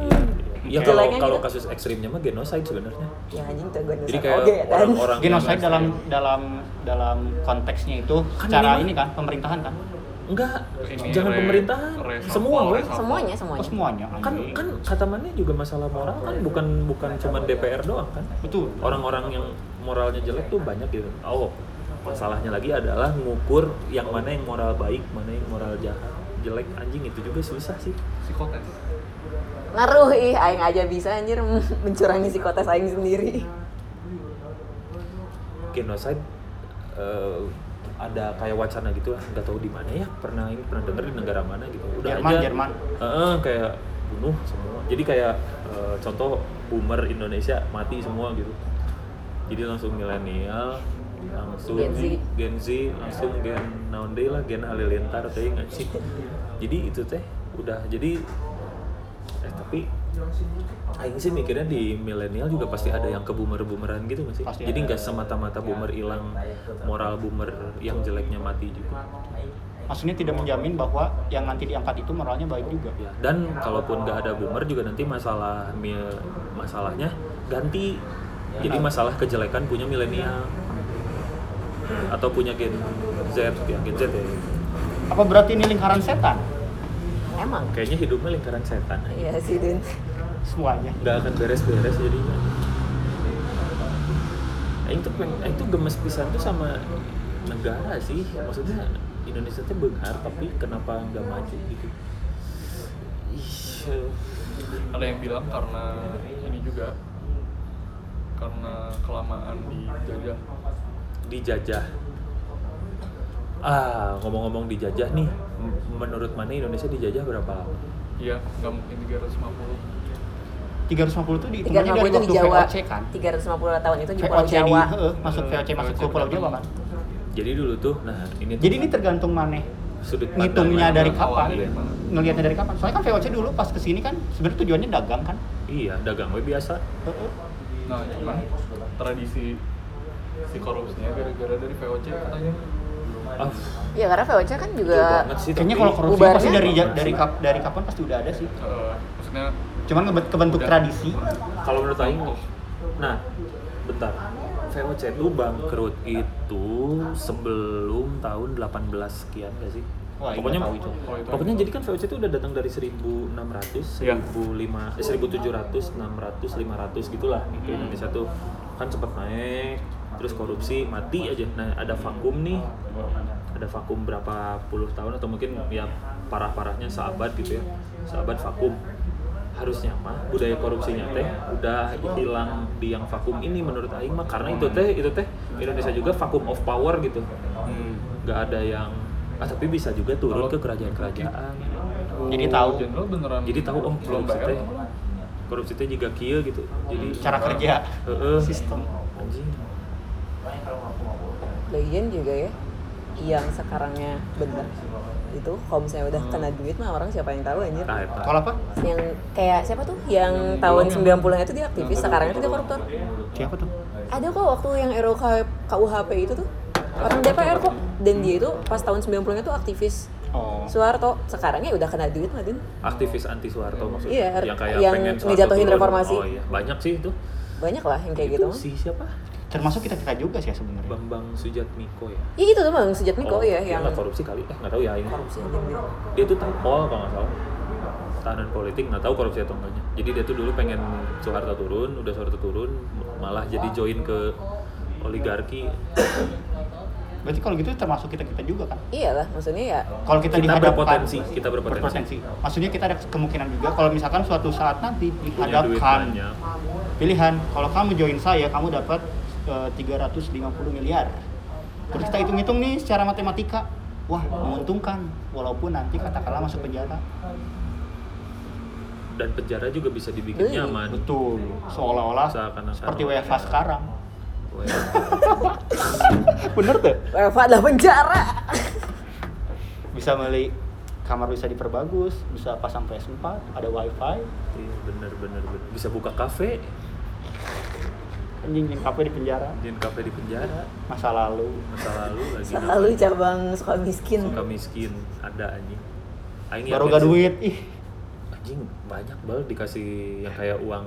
Speaker 2: Ya kalau
Speaker 4: jeleknya
Speaker 2: kalau
Speaker 4: gitu.
Speaker 2: kasus ekstrimnya mah genosida sebenarnya.
Speaker 4: Ya anjing tuh gue
Speaker 2: Jadi
Speaker 4: nyesel.
Speaker 2: kayak
Speaker 4: Oke, dan-
Speaker 2: orang-orang yang
Speaker 3: genosida
Speaker 2: ekstrim.
Speaker 3: dalam dalam dalam konteksnya itu
Speaker 2: Kan
Speaker 3: secara
Speaker 2: ini-
Speaker 3: ini kan pemerintahan kan?
Speaker 2: enggak
Speaker 1: Ini
Speaker 2: jangan
Speaker 1: re-
Speaker 2: pemerintahan
Speaker 1: reshuffle,
Speaker 2: semua kan
Speaker 1: reshuffle.
Speaker 4: semuanya
Speaker 3: Oh,
Speaker 4: semuanya.
Speaker 3: semuanya.
Speaker 2: kan
Speaker 3: anjing.
Speaker 2: kan kata mana juga masalah moral kan bukan bukan cuma DPR doang kan
Speaker 3: betul.
Speaker 2: orang-orang yang moralnya jelek tuh banyak gitu oh masalahnya lagi adalah ngukur yang mana yang moral baik mana yang moral jahat jelek anjing itu juga susah sih
Speaker 1: psikotes
Speaker 4: Ngaruh ih aing aja bisa anjir m- mencurangi psikotes aing sendiri.
Speaker 2: genocide eh, ada kayak wacana gitu lah nggak tahu di mana ya pernah ini pernah denger di negara mana gitu udah
Speaker 3: Jerman,
Speaker 2: aja
Speaker 3: Jerman.
Speaker 2: Heeh, kayak bunuh semua jadi kayak eh, contoh boomer Indonesia mati semua gitu jadi langsung milenial langsung
Speaker 4: Gen Z.
Speaker 2: Gen Z, langsung gen naondeui lah gen halilintar teh anjing jadi itu teh udah jadi eh tapi Aing sih mikirnya di milenial juga pasti ada yang ke boomer boomeran gitu nggak sih?
Speaker 3: Pasti
Speaker 2: Jadi
Speaker 3: ada. Iya.
Speaker 2: nggak semata-mata boomer hilang moral boomer yang jeleknya mati juga.
Speaker 3: maksudnya tidak menjamin bahwa yang nanti diangkat itu moralnya baik juga
Speaker 2: Ya, dan kalaupun nggak ada boomer juga nanti masalah mil- masalahnya ganti.
Speaker 3: Ya.
Speaker 2: Jadi masalah kejelekan punya milenial atau punya gen Z ya gen Z ya.
Speaker 3: apa berarti ini lingkaran setan
Speaker 4: Emang?
Speaker 2: Kayaknya hidupnya lingkaran setan.
Speaker 4: Iya sih, Din.
Speaker 3: semuanya
Speaker 2: Nggak akan beres-beres jadinya. Aing tuh peng- aing tuh gemes pisan tuh sama negara sih. Maksudnya Indonesia tuh benar tapi kenapa nggak maju gitu? Ih,
Speaker 1: ada yang bilang karena ini juga karena kelamaan dijajah
Speaker 2: dijajah. Ah, ngomong-ngomong dijajah nih, m- menurut mana Indonesia dijajah berapa lama?
Speaker 1: iya nggak mungkin 350
Speaker 3: 350 itu dihitungannya dari waktu
Speaker 4: 350 itu di Jawa.
Speaker 3: VOC kan
Speaker 4: 350 tahun itu di Pulau
Speaker 3: VOC di
Speaker 4: Jawa.
Speaker 3: heeh, masuk
Speaker 1: Eh,
Speaker 3: VOC masuk ke
Speaker 1: VOC
Speaker 3: Pulau Jawa
Speaker 1: pertama.
Speaker 3: kan
Speaker 2: Jadi dulu tuh, nah ini tuh
Speaker 3: jadi ini tergantung maneh
Speaker 2: sudut pandang
Speaker 3: ngitungnya
Speaker 2: mana,
Speaker 3: dari
Speaker 1: awal
Speaker 3: kapan
Speaker 1: dari mana.
Speaker 3: ngelihatnya dari kapan soalnya kan VOC dulu pas kesini kan sebenarnya tujuannya dagang kan
Speaker 2: Iya, dagang we biasa.
Speaker 3: Heeh.
Speaker 1: nah cuman tradisi si korupsinya gara-gara dari VOC katanya
Speaker 2: Ah,
Speaker 4: Iya, karena VOC kan juga
Speaker 2: jauh banget sih.
Speaker 3: kayaknya
Speaker 2: tapi-
Speaker 3: kalau korupsi
Speaker 4: Ubarnya-
Speaker 3: pasti dari ja- dari kap- dari kapan pasti udah ada sih
Speaker 1: Eh, maksudnya
Speaker 3: cuman ngebet- kebentuk
Speaker 1: Udah.
Speaker 3: tradisi
Speaker 2: Kalau menurut Aing, nah bentar. VOC itu bangkrut itu sebelum tahun 18 sekian gak sih?
Speaker 3: Wah, Aing
Speaker 2: pokoknya
Speaker 3: nggak tahu itu.
Speaker 1: Oh, itu
Speaker 2: pokoknya
Speaker 1: Aing.
Speaker 2: jadi kan VOC itu udah datang dari 1600, 1005,
Speaker 1: Iya.
Speaker 2: eh, 1700, 600, 500 gitulah ke
Speaker 3: Hmm.
Speaker 2: Indonesia tuh kan sempat naik terus korupsi mati aja nah ada vakum nih ada vakum berapa puluh tahun atau mungkin ya parah-parahnya seabad gitu ya seabad vakum harusnya mah budaya korupsinya teh udah hilang di yang vakum ini menurut Aing mah karena itu teh itu teh Indonesia juga vakum of power gitu nggak ada yang ah, tapi bisa juga
Speaker 1: Hmm. Kalau-
Speaker 2: turun ke kerajaan-kerajaan
Speaker 3: Jadi tahu.
Speaker 1: jenderal beneran
Speaker 2: jadi tahu
Speaker 1: oh,
Speaker 2: om
Speaker 1: belum
Speaker 2: korupsi
Speaker 1: bayar
Speaker 2: teh korupsi teh juga kia gitu jadi
Speaker 3: cara kerja
Speaker 2: Heeh.
Speaker 3: sistem
Speaker 2: anjing
Speaker 4: Lagian juga ya yang sekarangnya bener itu kalau misalnya udah kena duit mah orang siapa yang tahu anjir
Speaker 2: nah, eta.
Speaker 3: kalau apa
Speaker 4: yang kayak siapa tuh yang tahun 90-an itu dia aktivis sekarang itu dia koruptor
Speaker 3: siapa tuh
Speaker 4: ada kok waktu yang RUK KUHP itu tuh orang DPR kok dan dia itu pas tahun 90-an itu aktivis
Speaker 3: oh
Speaker 4: Soeharto sekarangnya udah kena duit lah Din.
Speaker 2: aktivis anti Soeharto maksudnya
Speaker 4: Iya,
Speaker 2: yang kayak
Speaker 4: yang
Speaker 2: pengen Soeharto
Speaker 4: ngejatuhin
Speaker 2: turun.
Speaker 4: reformasi.
Speaker 2: oh iya banyak sih itu
Speaker 4: banyak lah yang kayak
Speaker 2: itu
Speaker 4: gitu
Speaker 2: si siapa
Speaker 3: termasuk kita kita juga sih ya sebenarnya
Speaker 2: Bambang Sujatmiko ya
Speaker 4: Iya itu tuh bang sejat Miko
Speaker 2: Oh, dia
Speaker 4: ya yang
Speaker 2: nggak korupsi kali eh nggak tahu ya ini
Speaker 4: korupsi anjing dia.
Speaker 2: dia tuh tampol kalau nggak salah tahanan politik nggak tahu korupsi atau enggaknya jadi dia tuh dulu pengen Soeharto turun udah Soeharto turun malah jadi join ke oligarki
Speaker 3: berarti kalau gitu termasuk kita kita juga kan
Speaker 4: Iya lah maksudnya ya
Speaker 3: kalau kita,
Speaker 2: Kita
Speaker 3: dihadapkan
Speaker 2: berpotensi, kita berpotensi.
Speaker 3: maksudnya kita ada kemungkinan juga kalau misalkan suatu saat nanti
Speaker 2: punya duit
Speaker 3: dihadapkan
Speaker 2: banyak
Speaker 3: pilihan kalau kamu join saya kamu dapat eh, 350 miliar terus kita hitung-hitung nih secara matematika wah menguntungkan walaupun nanti katakanlah masuk penjara
Speaker 2: dan penjara juga bisa dibikin
Speaker 4: Beli.
Speaker 2: nyaman
Speaker 3: betul seolah-olah
Speaker 2: Seakan-akan. ya.
Speaker 3: seperti WFH sekarang
Speaker 2: Weh,
Speaker 3: bener tuh
Speaker 4: WFH adalah penjara
Speaker 3: bisa beli kamar bisa diperbagus bisa pasang PS4 ada wifi
Speaker 2: iya, bener bener bener bisa buka kafe
Speaker 3: anjing yang kafe di penjara
Speaker 2: jadiin kafe di penjara
Speaker 3: masa lalu
Speaker 2: masa lalu lagi
Speaker 4: selalu
Speaker 2: ngapain?
Speaker 4: cabang suka miskin
Speaker 2: suka miskin ada anjing Ah, Aing
Speaker 3: baru
Speaker 2: yakin
Speaker 3: gak
Speaker 2: sih.
Speaker 3: duit ih
Speaker 2: anjing banyak banget dikasih yang kayak uang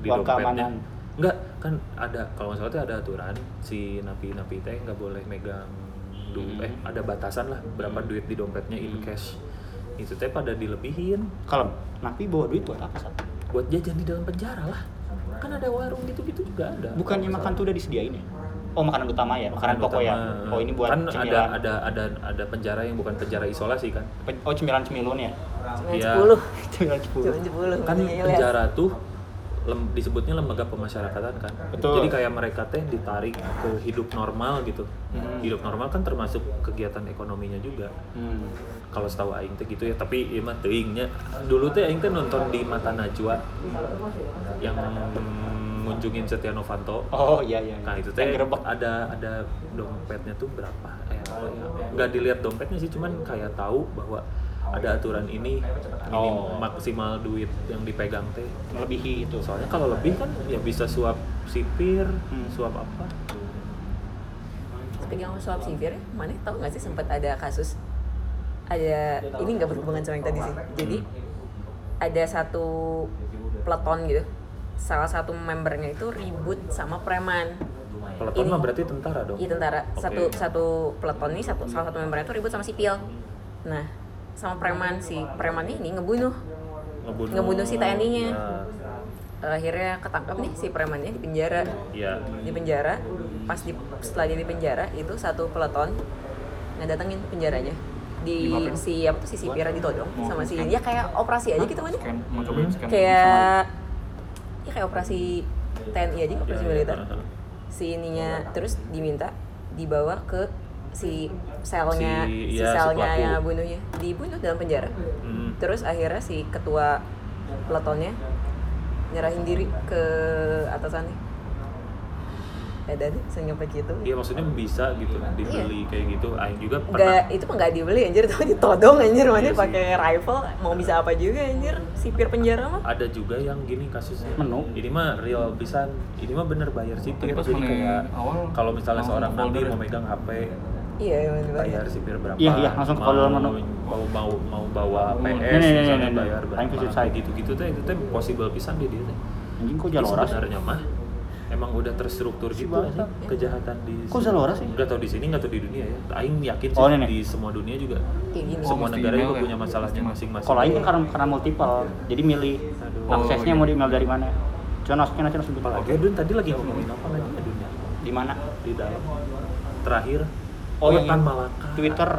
Speaker 2: di
Speaker 3: Uang
Speaker 2: dompetnya
Speaker 3: keamanan.
Speaker 2: enggak kan ada kalau nggak salah tuh ada aturan si napi napi teh nggak boleh megang duit eh ada batasan lah berapa duit di dompetnya in cash itu teh pada dilebihin
Speaker 3: kalau napi bawa duit buat apa Sat?
Speaker 2: buat jajan di dalam penjara lah kan ada warung gitu gitu juga ada
Speaker 3: bukannya makan tuh udah disediain ya oh makanan utama ya makanan,
Speaker 2: Makanan
Speaker 3: pokok ya
Speaker 2: utama.
Speaker 3: oh ini buat
Speaker 2: kan ada
Speaker 3: cemilan
Speaker 2: ada ada ada penjara yang bukan penjara isolasi kan
Speaker 3: Pe- oh cemilan cemilun ya
Speaker 4: cuma
Speaker 2: Iya.
Speaker 4: sepuluh
Speaker 3: cemilan
Speaker 4: cuma
Speaker 3: sepuluh
Speaker 4: sepuluh ya,
Speaker 2: kan penjara tuh lem- disebutnya lembaga pemasyarakatan kan
Speaker 3: Betul.
Speaker 2: jadi kayak mereka teh ditarik ke hidup normal gitu hidup normal kan termasuk kegiatan ekonominya juga
Speaker 3: hmm.
Speaker 2: kalau setahu aing teh gitu ya tapi ieu mah teuingnya dulu teh aing teh nonton di Mata Najwa yang ngunjungin Setia Novanto
Speaker 3: Oh iya iya. iya.
Speaker 2: Nah itu teh
Speaker 3: Yang gerebek.
Speaker 2: ada ada dompetnya tuh berapa? Eh, apa ya? Nggak dilihat dompetnya sih, cuman kayak tahu bahwa ada aturan ini, ini
Speaker 3: Oh.
Speaker 2: maksimal duit yang dipegang teh.
Speaker 3: melebihi itu.
Speaker 2: Soalnya kalau lebih kan ya bisa suap sipir,
Speaker 3: Hmm.
Speaker 2: suap apa?
Speaker 4: tapi yang soal sivir mana tau nggak sih sempat ada kasus ada ini nggak berhubungan sama yang tadi sih jadi ada satu peleton gitu salah satu membernya itu ribut sama preman
Speaker 2: Peleton
Speaker 4: Ini-
Speaker 2: mah berarti tentara dong.
Speaker 4: Iya tentara
Speaker 2: Gitu. Oke.
Speaker 4: satu satu peleton nih satu salah satu membernya itu ribut sama sipil nah sama preman si preman ini ngebunuh
Speaker 2: ngebunuh,
Speaker 4: ngebunuh si TNI-nya.
Speaker 2: Nah,
Speaker 4: Eh, akhirnya ketangkap nih si premannya di penjara
Speaker 2: Iya.
Speaker 4: di penjara pas di, setelah dia di penjara itu satu peleton ngedatengin penjaranya di
Speaker 1: Dimapain?
Speaker 4: si apa tuh si sipir ditodong sama si ya kayak operasi aja gitu kan ya
Speaker 1: Scan,
Speaker 2: Hmm.
Speaker 1: mau cobain scan.
Speaker 4: kayak ya kayak operasi TNI aja
Speaker 2: Iya,
Speaker 4: operasi
Speaker 2: iya,
Speaker 4: militer
Speaker 2: heeh.
Speaker 4: si ininya terus diminta dibawa ke si selnya
Speaker 2: Si-
Speaker 4: si,
Speaker 2: iya, si
Speaker 4: selnya
Speaker 2: pelaku.
Speaker 4: yang bunuhnya dibunuh dalam penjara
Speaker 2: Hmm.
Speaker 4: terus akhirnya si ketua peletonnya nyerahin diri ke atasannya ya dan senyum kayak gitu
Speaker 2: Iya maksudnya bisa gitu dibeli kayak gitu. Aing juga pernah.
Speaker 4: Iya. nggak itu mah nggak dibeli anjir tapi ditodong anjir mana
Speaker 2: Iya sih.
Speaker 4: pakai rifle mau bisa apa juga anjir sipir penjara mah
Speaker 2: ada juga yang gini kasusnya
Speaker 3: Menu.
Speaker 2: ini mah real pisan ini mah bener bayar
Speaker 1: Tadi
Speaker 2: sipir
Speaker 1: pas
Speaker 2: jadi
Speaker 1: mana
Speaker 2: kayak
Speaker 1: awal,
Speaker 2: kalau misalnya
Speaker 1: langsung
Speaker 2: seorang
Speaker 1: ke
Speaker 2: nanti
Speaker 1: folder. ya?
Speaker 2: mau megang HP
Speaker 4: iya yang
Speaker 2: bayar sipir berapa
Speaker 3: Iya, iya, langsung ke folder
Speaker 2: mau,
Speaker 3: menu.
Speaker 2: mau mau mau bawa
Speaker 1: Nih,
Speaker 2: PS
Speaker 3: nih, nih,
Speaker 2: misalnya
Speaker 3: nih, nih.
Speaker 2: bayar
Speaker 3: Aing
Speaker 2: berapa
Speaker 3: visit site.
Speaker 2: gitu gitu teh itu teh possible pisan di dia teh
Speaker 3: Anjing kok
Speaker 2: Jadi
Speaker 3: jaloras?
Speaker 2: sebenarnya mah emang udah terstruktur gitu aja kejahatan di
Speaker 3: Kok jaloras sih?
Speaker 2: Nggak tahu di sini nggak tahu di dunia ya Aing yakin sih
Speaker 3: Oh, nih, nih.
Speaker 2: di semua dunia juga
Speaker 4: kayak gini
Speaker 1: Oh,
Speaker 2: semua
Speaker 1: mesti
Speaker 2: negara
Speaker 1: email
Speaker 2: juga
Speaker 1: ya?
Speaker 2: punya masalahnya
Speaker 1: Mesti-
Speaker 2: masing-masing
Speaker 3: Kalau lain kan karena, karena multiple, jadi milih
Speaker 2: Aduh.
Speaker 1: Oh,
Speaker 3: aksesnya
Speaker 1: iya.
Speaker 3: mau di email dari mana. Cuman aksesnya nanti langsung
Speaker 2: apalagi
Speaker 3: di
Speaker 2: Dun tadi lagi ngomongin apa lagi ya Dun ya?
Speaker 3: di mana?
Speaker 2: di dalam terakhir
Speaker 3: Oh, yang
Speaker 2: Tan
Speaker 3: ini.
Speaker 2: Malaka
Speaker 3: Twitter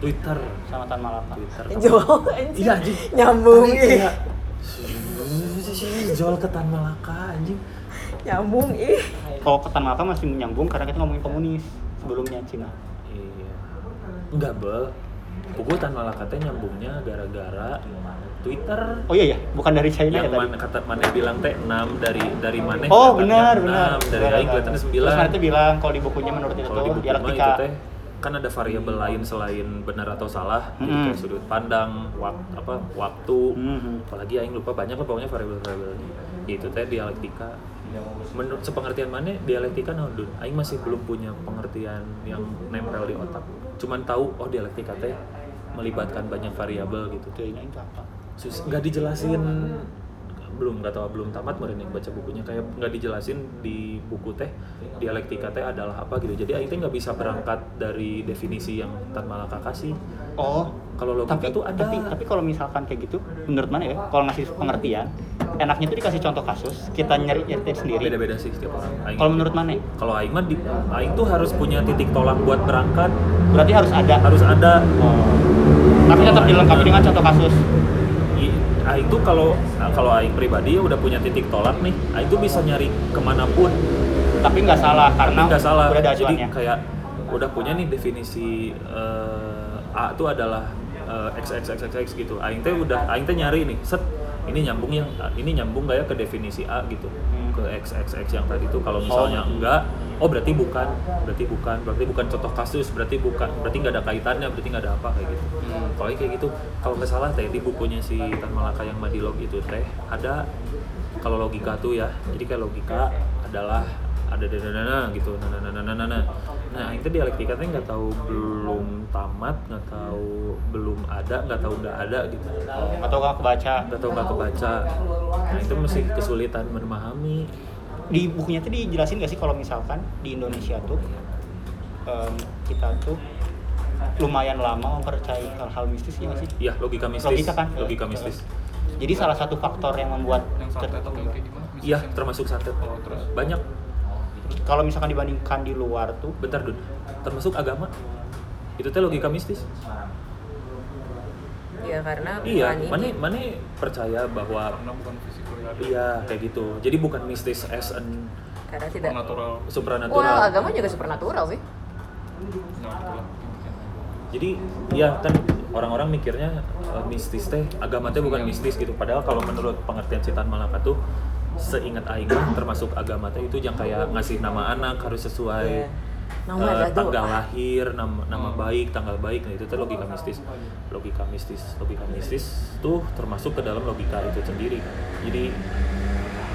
Speaker 2: Twitter
Speaker 3: sama Tan Malaka.
Speaker 2: Twitter
Speaker 4: jauh anjir
Speaker 2: iya anjing iya.
Speaker 4: nyambung
Speaker 2: Tadi
Speaker 4: ih
Speaker 2: kayak, "Zzz, jual ke Tan Malaka anjing
Speaker 4: nyambung ih
Speaker 3: Kalau Oh, ke Tan Malaka masih menyambung karena kita ngomongin komunis sebelumnya Cina.
Speaker 2: iya enggak bel pokoknya Tan Malaka teh nyambungnya gara-gara Twitter
Speaker 3: Oh iya ya, bukan dari China
Speaker 2: yang
Speaker 3: ya tadi.
Speaker 2: mana kata mana bilang teh 6 dari dari mana kelihatannya
Speaker 3: Oh benar
Speaker 2: enam, dari
Speaker 3: benar. Benar,
Speaker 2: lain
Speaker 3: benar.
Speaker 2: kelihatannya
Speaker 3: Terus
Speaker 2: 9
Speaker 3: nanti bilang kalau di bukunya menurut itu
Speaker 2: kalau di
Speaker 3: tuh
Speaker 2: buku mah
Speaker 3: dialektika.
Speaker 2: itu teh kan ada variabel lain selain benar atau salah jadi
Speaker 3: Mm.
Speaker 2: kayak sudut pandang wak- apa waktu
Speaker 3: Mhm.
Speaker 2: apalagi yang lupa banyak lah pokoknya variabel-variabelnya itu teh dialektika menurut sepengertian mana dialektika naon Dun? aing masih belum punya pengertian yang nempel di otak cuman tahu oh dialektika teh melibatkan banyak variabel gitu
Speaker 3: Tuh, ini itu apa?
Speaker 2: Sus- nggak dijelasin belum nggak tahu belum tamat kemarin yang baca bukunya kayak nggak dijelasin di buku teh dialektika teh adalah apa gitu jadi aing teh nggak bisa berangkat dari definisi yang tan malaka kasih
Speaker 3: Oh,
Speaker 2: kalau logika
Speaker 3: tapi,
Speaker 2: tuh ada
Speaker 3: tapi tapi kalau misalkan kayak gitu menurut mana ya kalau ngasih pengertian enaknya tuh dikasih contoh kasus kita nyari nyari sendiri
Speaker 2: beda-beda sih setiap orang Aing-
Speaker 3: kalau menurut mana
Speaker 2: kalau aing mah di, aing tuh harus punya titik tolak buat berangkat
Speaker 3: berarti harus ada
Speaker 2: harus ada
Speaker 3: tapi tetap dilengkapi dengan contoh kasus
Speaker 2: I- aing tuh kalau kalau aing pribadi ya udah punya titik tolak nih aing tuh bisa nyari kemanapun
Speaker 3: tapi nggak salah karena
Speaker 2: nggak salah
Speaker 3: udah ada
Speaker 2: jadi
Speaker 3: acuannya
Speaker 2: kayak udah punya nih definisi eh, A itu adalah eh, x x x x X gitu aing teh udah aing teh nyari nih set ini nyambung yang ini nyambung gak ya ke definisi A gitu
Speaker 3: Hmm.
Speaker 2: ke x x x yang tadi itu kalau misalnya enggak oh berarti bukan berarti bukan berarti bukan contoh kasus berarti bukan berarti nggak ada kaitannya berarti nggak ada apa kayak gitu
Speaker 3: Hmm.
Speaker 2: kalau yang kayak gitu kalau nggak salah teh di bukunya si Tan Malaka yang Madilog itu teh ada kalau logika tuh ya jadi kayak logika adalah ada dadadana gitu nah nah nah nah nah nah nah itu dialektika tuh nggak tahu belum tamat nggak tahu belum ada nggak tahu udah ada gitu
Speaker 3: atau nggak kebaca
Speaker 2: nggak tahu nggak kebaca nah itu masih kesulitan memahami
Speaker 3: di bukunya tuh dijelasin nggak sih kalau misalkan di Indonesia tuh em, kita tuh lumayan lama mempercayai hal-hal mistis ya nggak sih
Speaker 2: ya logika mistis
Speaker 3: logika kan
Speaker 2: logika mistis
Speaker 3: jadi salah satu faktor yang membuat
Speaker 1: Yang sate atau yang kayak gimana? Misalnya
Speaker 2: iya
Speaker 1: yang-
Speaker 2: termasuk santet
Speaker 1: Oh, terus.
Speaker 2: banyak
Speaker 3: kalau misalkan dibandingkan di luar tuh
Speaker 2: bentar dun termasuk agama itu teh logika mistis
Speaker 4: ya karena
Speaker 2: iya
Speaker 4: bukan
Speaker 2: mana
Speaker 4: ini
Speaker 2: mana percaya bahwa
Speaker 1: Karena bukan fisikal
Speaker 2: iya kayak gitu jadi bukan mistis as an
Speaker 4: karena tidak
Speaker 1: natural.
Speaker 2: supranatural
Speaker 4: Wah, agama juga supernatural sih.
Speaker 1: Nah, gitu lah.
Speaker 2: jadi ya kan orang-orang e, mikirnya eh, mistis teh agama teh bukan mistis gitu padahal kalau menurut pengertian Citan Malaka tuh seingat aing termasuk agama teh itu yang kayak ngasih nama anak harus sesuai
Speaker 4: Iya. Nama
Speaker 2: eh,
Speaker 4: lah itu
Speaker 2: tanggal
Speaker 4: apa?
Speaker 2: lahir nama, nama baik tanggal baik nah itu teh logika mistis logika mistis logika mistis tuh termasuk ke dalam logika itu sendiri kan jadi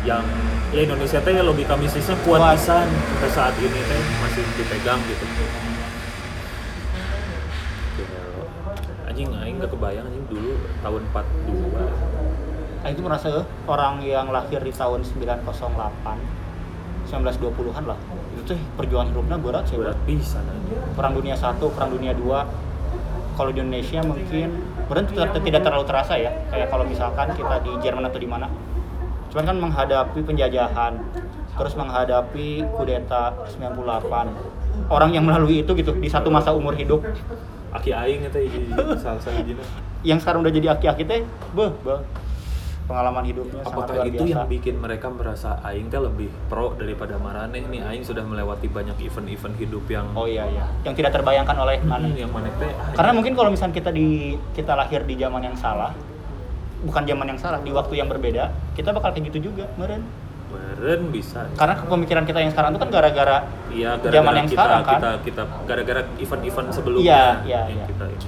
Speaker 2: yang ya Indonesia teh logika mistisnya kuat pisan sampai saat ini teh masih dipegang gitu Iya. anjing aing gak kebayang anjing dulu tahun 42
Speaker 3: Nah, itu merasa eh, orang yang lahir di tahun 908 1920-an lah itu tuh perjuangan hidupnya berat sih
Speaker 2: berat pisan anjing
Speaker 3: perang dunia satu perang dunia dua kalau di Indonesia mungkin berarti tetap tidak terlalu terasa ya kayak kalau misalkan kita di Jerman atau di mana cuman kan menghadapi penjajahan terus menghadapi kudeta 98 orang yang melalui itu gitu di satu masa umur hidup
Speaker 2: aki aing eta hiji salah sahijina
Speaker 3: yang sekarang udah jadi aki-aki teh beh beh pengalaman hidupnya sangat
Speaker 2: apakah
Speaker 3: luar
Speaker 2: itu
Speaker 3: biasa
Speaker 2: yang bikin mereka merasa aing teh lebih pro daripada marane nih aing sudah melewati banyak event-event hidup yang
Speaker 3: oh iya Kan. iya yang tidak terbayangkan oleh mana
Speaker 2: Hmm, yang mana teh ah,
Speaker 3: karena mungkin kalau misalnya kita di kita lahir di zaman yang salah bukan zaman yang salah di waktu yang berbeda kita bakal kayak gitu juga meren
Speaker 2: beren bisa
Speaker 3: karena pemikiran kita yang sekarang itu kan gara-gara
Speaker 2: Iya,
Speaker 3: Zaman
Speaker 2: gara-gara
Speaker 3: yang
Speaker 2: kita,
Speaker 3: sekarang, kan?
Speaker 2: kita, kita, gara-gara event-event sebelumnya
Speaker 3: Iya, iya,
Speaker 2: yang
Speaker 3: iya.
Speaker 2: kita ini.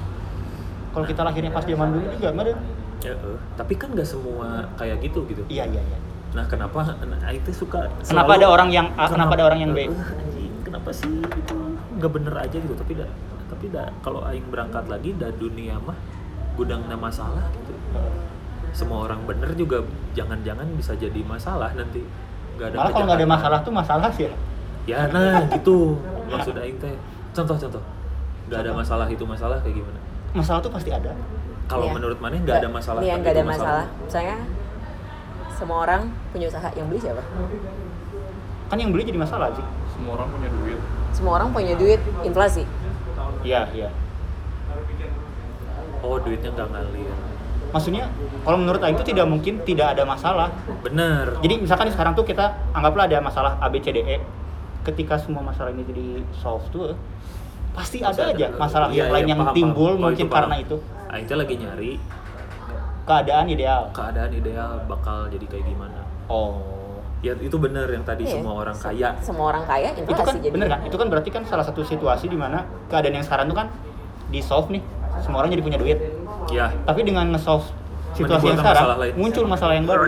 Speaker 3: kalau kita lahirnya pas zaman dulu juga meren
Speaker 2: Ya, eh. tapi kan nggak semua kayak gitu gitu.
Speaker 3: iya iya iya
Speaker 2: Nah, kenapa nah, itu suka
Speaker 3: Kenapa ada orang yang A, kenapa ada orang yang B?
Speaker 2: Eh, anjing, kenapa sih itu nggak bener aja gitu, tapi da, tapi da, kalau aing berangkat lagi da dunia mah gudangnya masalah gitu. Semua orang bener juga jangan-jangan bisa jadi masalah nanti. Gak
Speaker 3: malah kalau nggak ada masalah tuh masalah sih ya
Speaker 2: Ya nah gitu maksud aing teh. Contoh-contoh. Gak ada masalah itu masalah kayak gimana?
Speaker 3: masalah tuh pasti ada
Speaker 2: Kalau
Speaker 4: Iya.
Speaker 2: menurut mana nggak ada masalah?
Speaker 4: Iya,
Speaker 2: tapi
Speaker 4: nggak
Speaker 2: itu
Speaker 4: ada masalah. Misalnya semua orang punya usaha yang beli siapa?
Speaker 3: kan yang beli jadi masalah sih
Speaker 1: Semua orang punya duit.
Speaker 4: Semua orang punya duit, inflasi.
Speaker 3: iya iya
Speaker 2: Oh duitnya nggak ngalir.
Speaker 3: maksudnya kalau menurut Aing itu tidak mungkin tidak ada masalah
Speaker 2: Bener.
Speaker 3: jadi misalkan sekarang tuh kita anggaplah ada masalah ABCDE E. ketika semua masalah ini jadi solve tuh eh, pasti ada aja masalah
Speaker 2: Iya,
Speaker 3: yang
Speaker 2: iya,
Speaker 3: lain yang
Speaker 2: paham,
Speaker 3: timbul
Speaker 2: paham. Oh,
Speaker 3: mungkin
Speaker 2: paham.
Speaker 3: karena itu
Speaker 2: Aing teh lagi nyari
Speaker 3: keadaan ideal
Speaker 2: keadaan ideal bakal jadi kayak gimana.
Speaker 3: oh
Speaker 2: Ya itu bener yang tadi
Speaker 4: Iya.
Speaker 2: semua orang kaya.
Speaker 4: Semua orang kaya, inflasi
Speaker 3: itu kan
Speaker 4: jadi.
Speaker 3: bener kan itu kan berarti kan salah satu situasi di mana keadaan yang sekarang tuh kan di solve nih semua orang jadi punya duit
Speaker 2: Ya
Speaker 3: tapi dengan nge-solve situasi yang
Speaker 2: Menimbulkan
Speaker 3: sekarang
Speaker 2: masalah lain.
Speaker 3: muncul masalah yang baru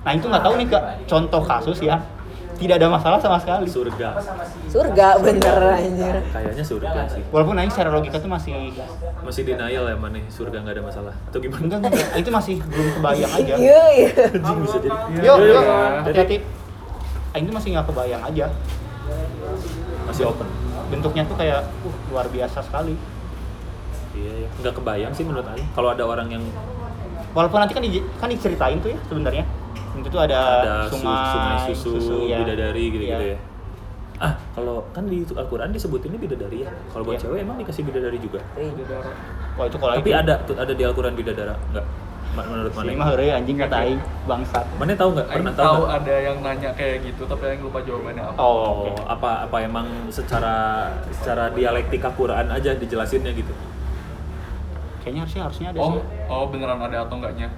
Speaker 3: nah itu nggak tahu nih kak contoh kasus ya tidak ada masalah sama sekali
Speaker 2: surga.
Speaker 4: Surga
Speaker 2: Kan?
Speaker 4: bener anjir.
Speaker 2: Kayaknya surga sih.
Speaker 3: walaupun Aing secara logika tuh masih
Speaker 2: Masih denial ya mana surga nggak ada masalah atau gimana?
Speaker 3: enggak enggak itu masih belum kebayang aja
Speaker 4: Iya, iya.
Speaker 2: Anjing bisa jadi.
Speaker 3: yuk
Speaker 1: Iya,
Speaker 3: yuk
Speaker 1: iya.
Speaker 3: hati-hati Aing tuh masih nggak kebayang aja
Speaker 2: Masih open.
Speaker 3: bentuknya tuh kayak uh, luar biasa sekali
Speaker 2: Iya ya. Nggak kebayang sih menurut Aing. Kalau ada orang yang
Speaker 3: walaupun nanti kan di, kan diceritain tuh ya sebenarnya itu tuh ada,
Speaker 2: ada su-
Speaker 3: Eh, sungai,
Speaker 2: sungai susu,
Speaker 3: ya.
Speaker 2: bidadari gitu-gitu
Speaker 3: Iya.
Speaker 2: ya. Ah, kalau kan di Al-Qur'an disebutinnya bidadari ya. Kalau buat
Speaker 3: Iya.
Speaker 2: cewek emang dikasih bidadari juga.
Speaker 3: wah itu kalau
Speaker 2: Tapi
Speaker 3: itu-
Speaker 2: ada tuh ada di Al-Qur'an bidadara enggak? Menurut
Speaker 3: Sini
Speaker 2: mana? Iya,
Speaker 3: mah heureui anjing kata aing bangsat.
Speaker 2: Mana tahu nggak?
Speaker 1: Aing
Speaker 2: Pernah tahu?
Speaker 1: tahu
Speaker 2: nggak?
Speaker 1: ada yang nanya kayak gitu tapi aing lupa jawabannya apa.
Speaker 3: Oh,
Speaker 2: Oh, apa apa emang secara secara dialektika Quran aja dijelasinnya gitu?
Speaker 3: kayaknya harusnya harusnya ada
Speaker 1: Oh,
Speaker 3: sih.
Speaker 1: oh beneran ada atau enggaknya?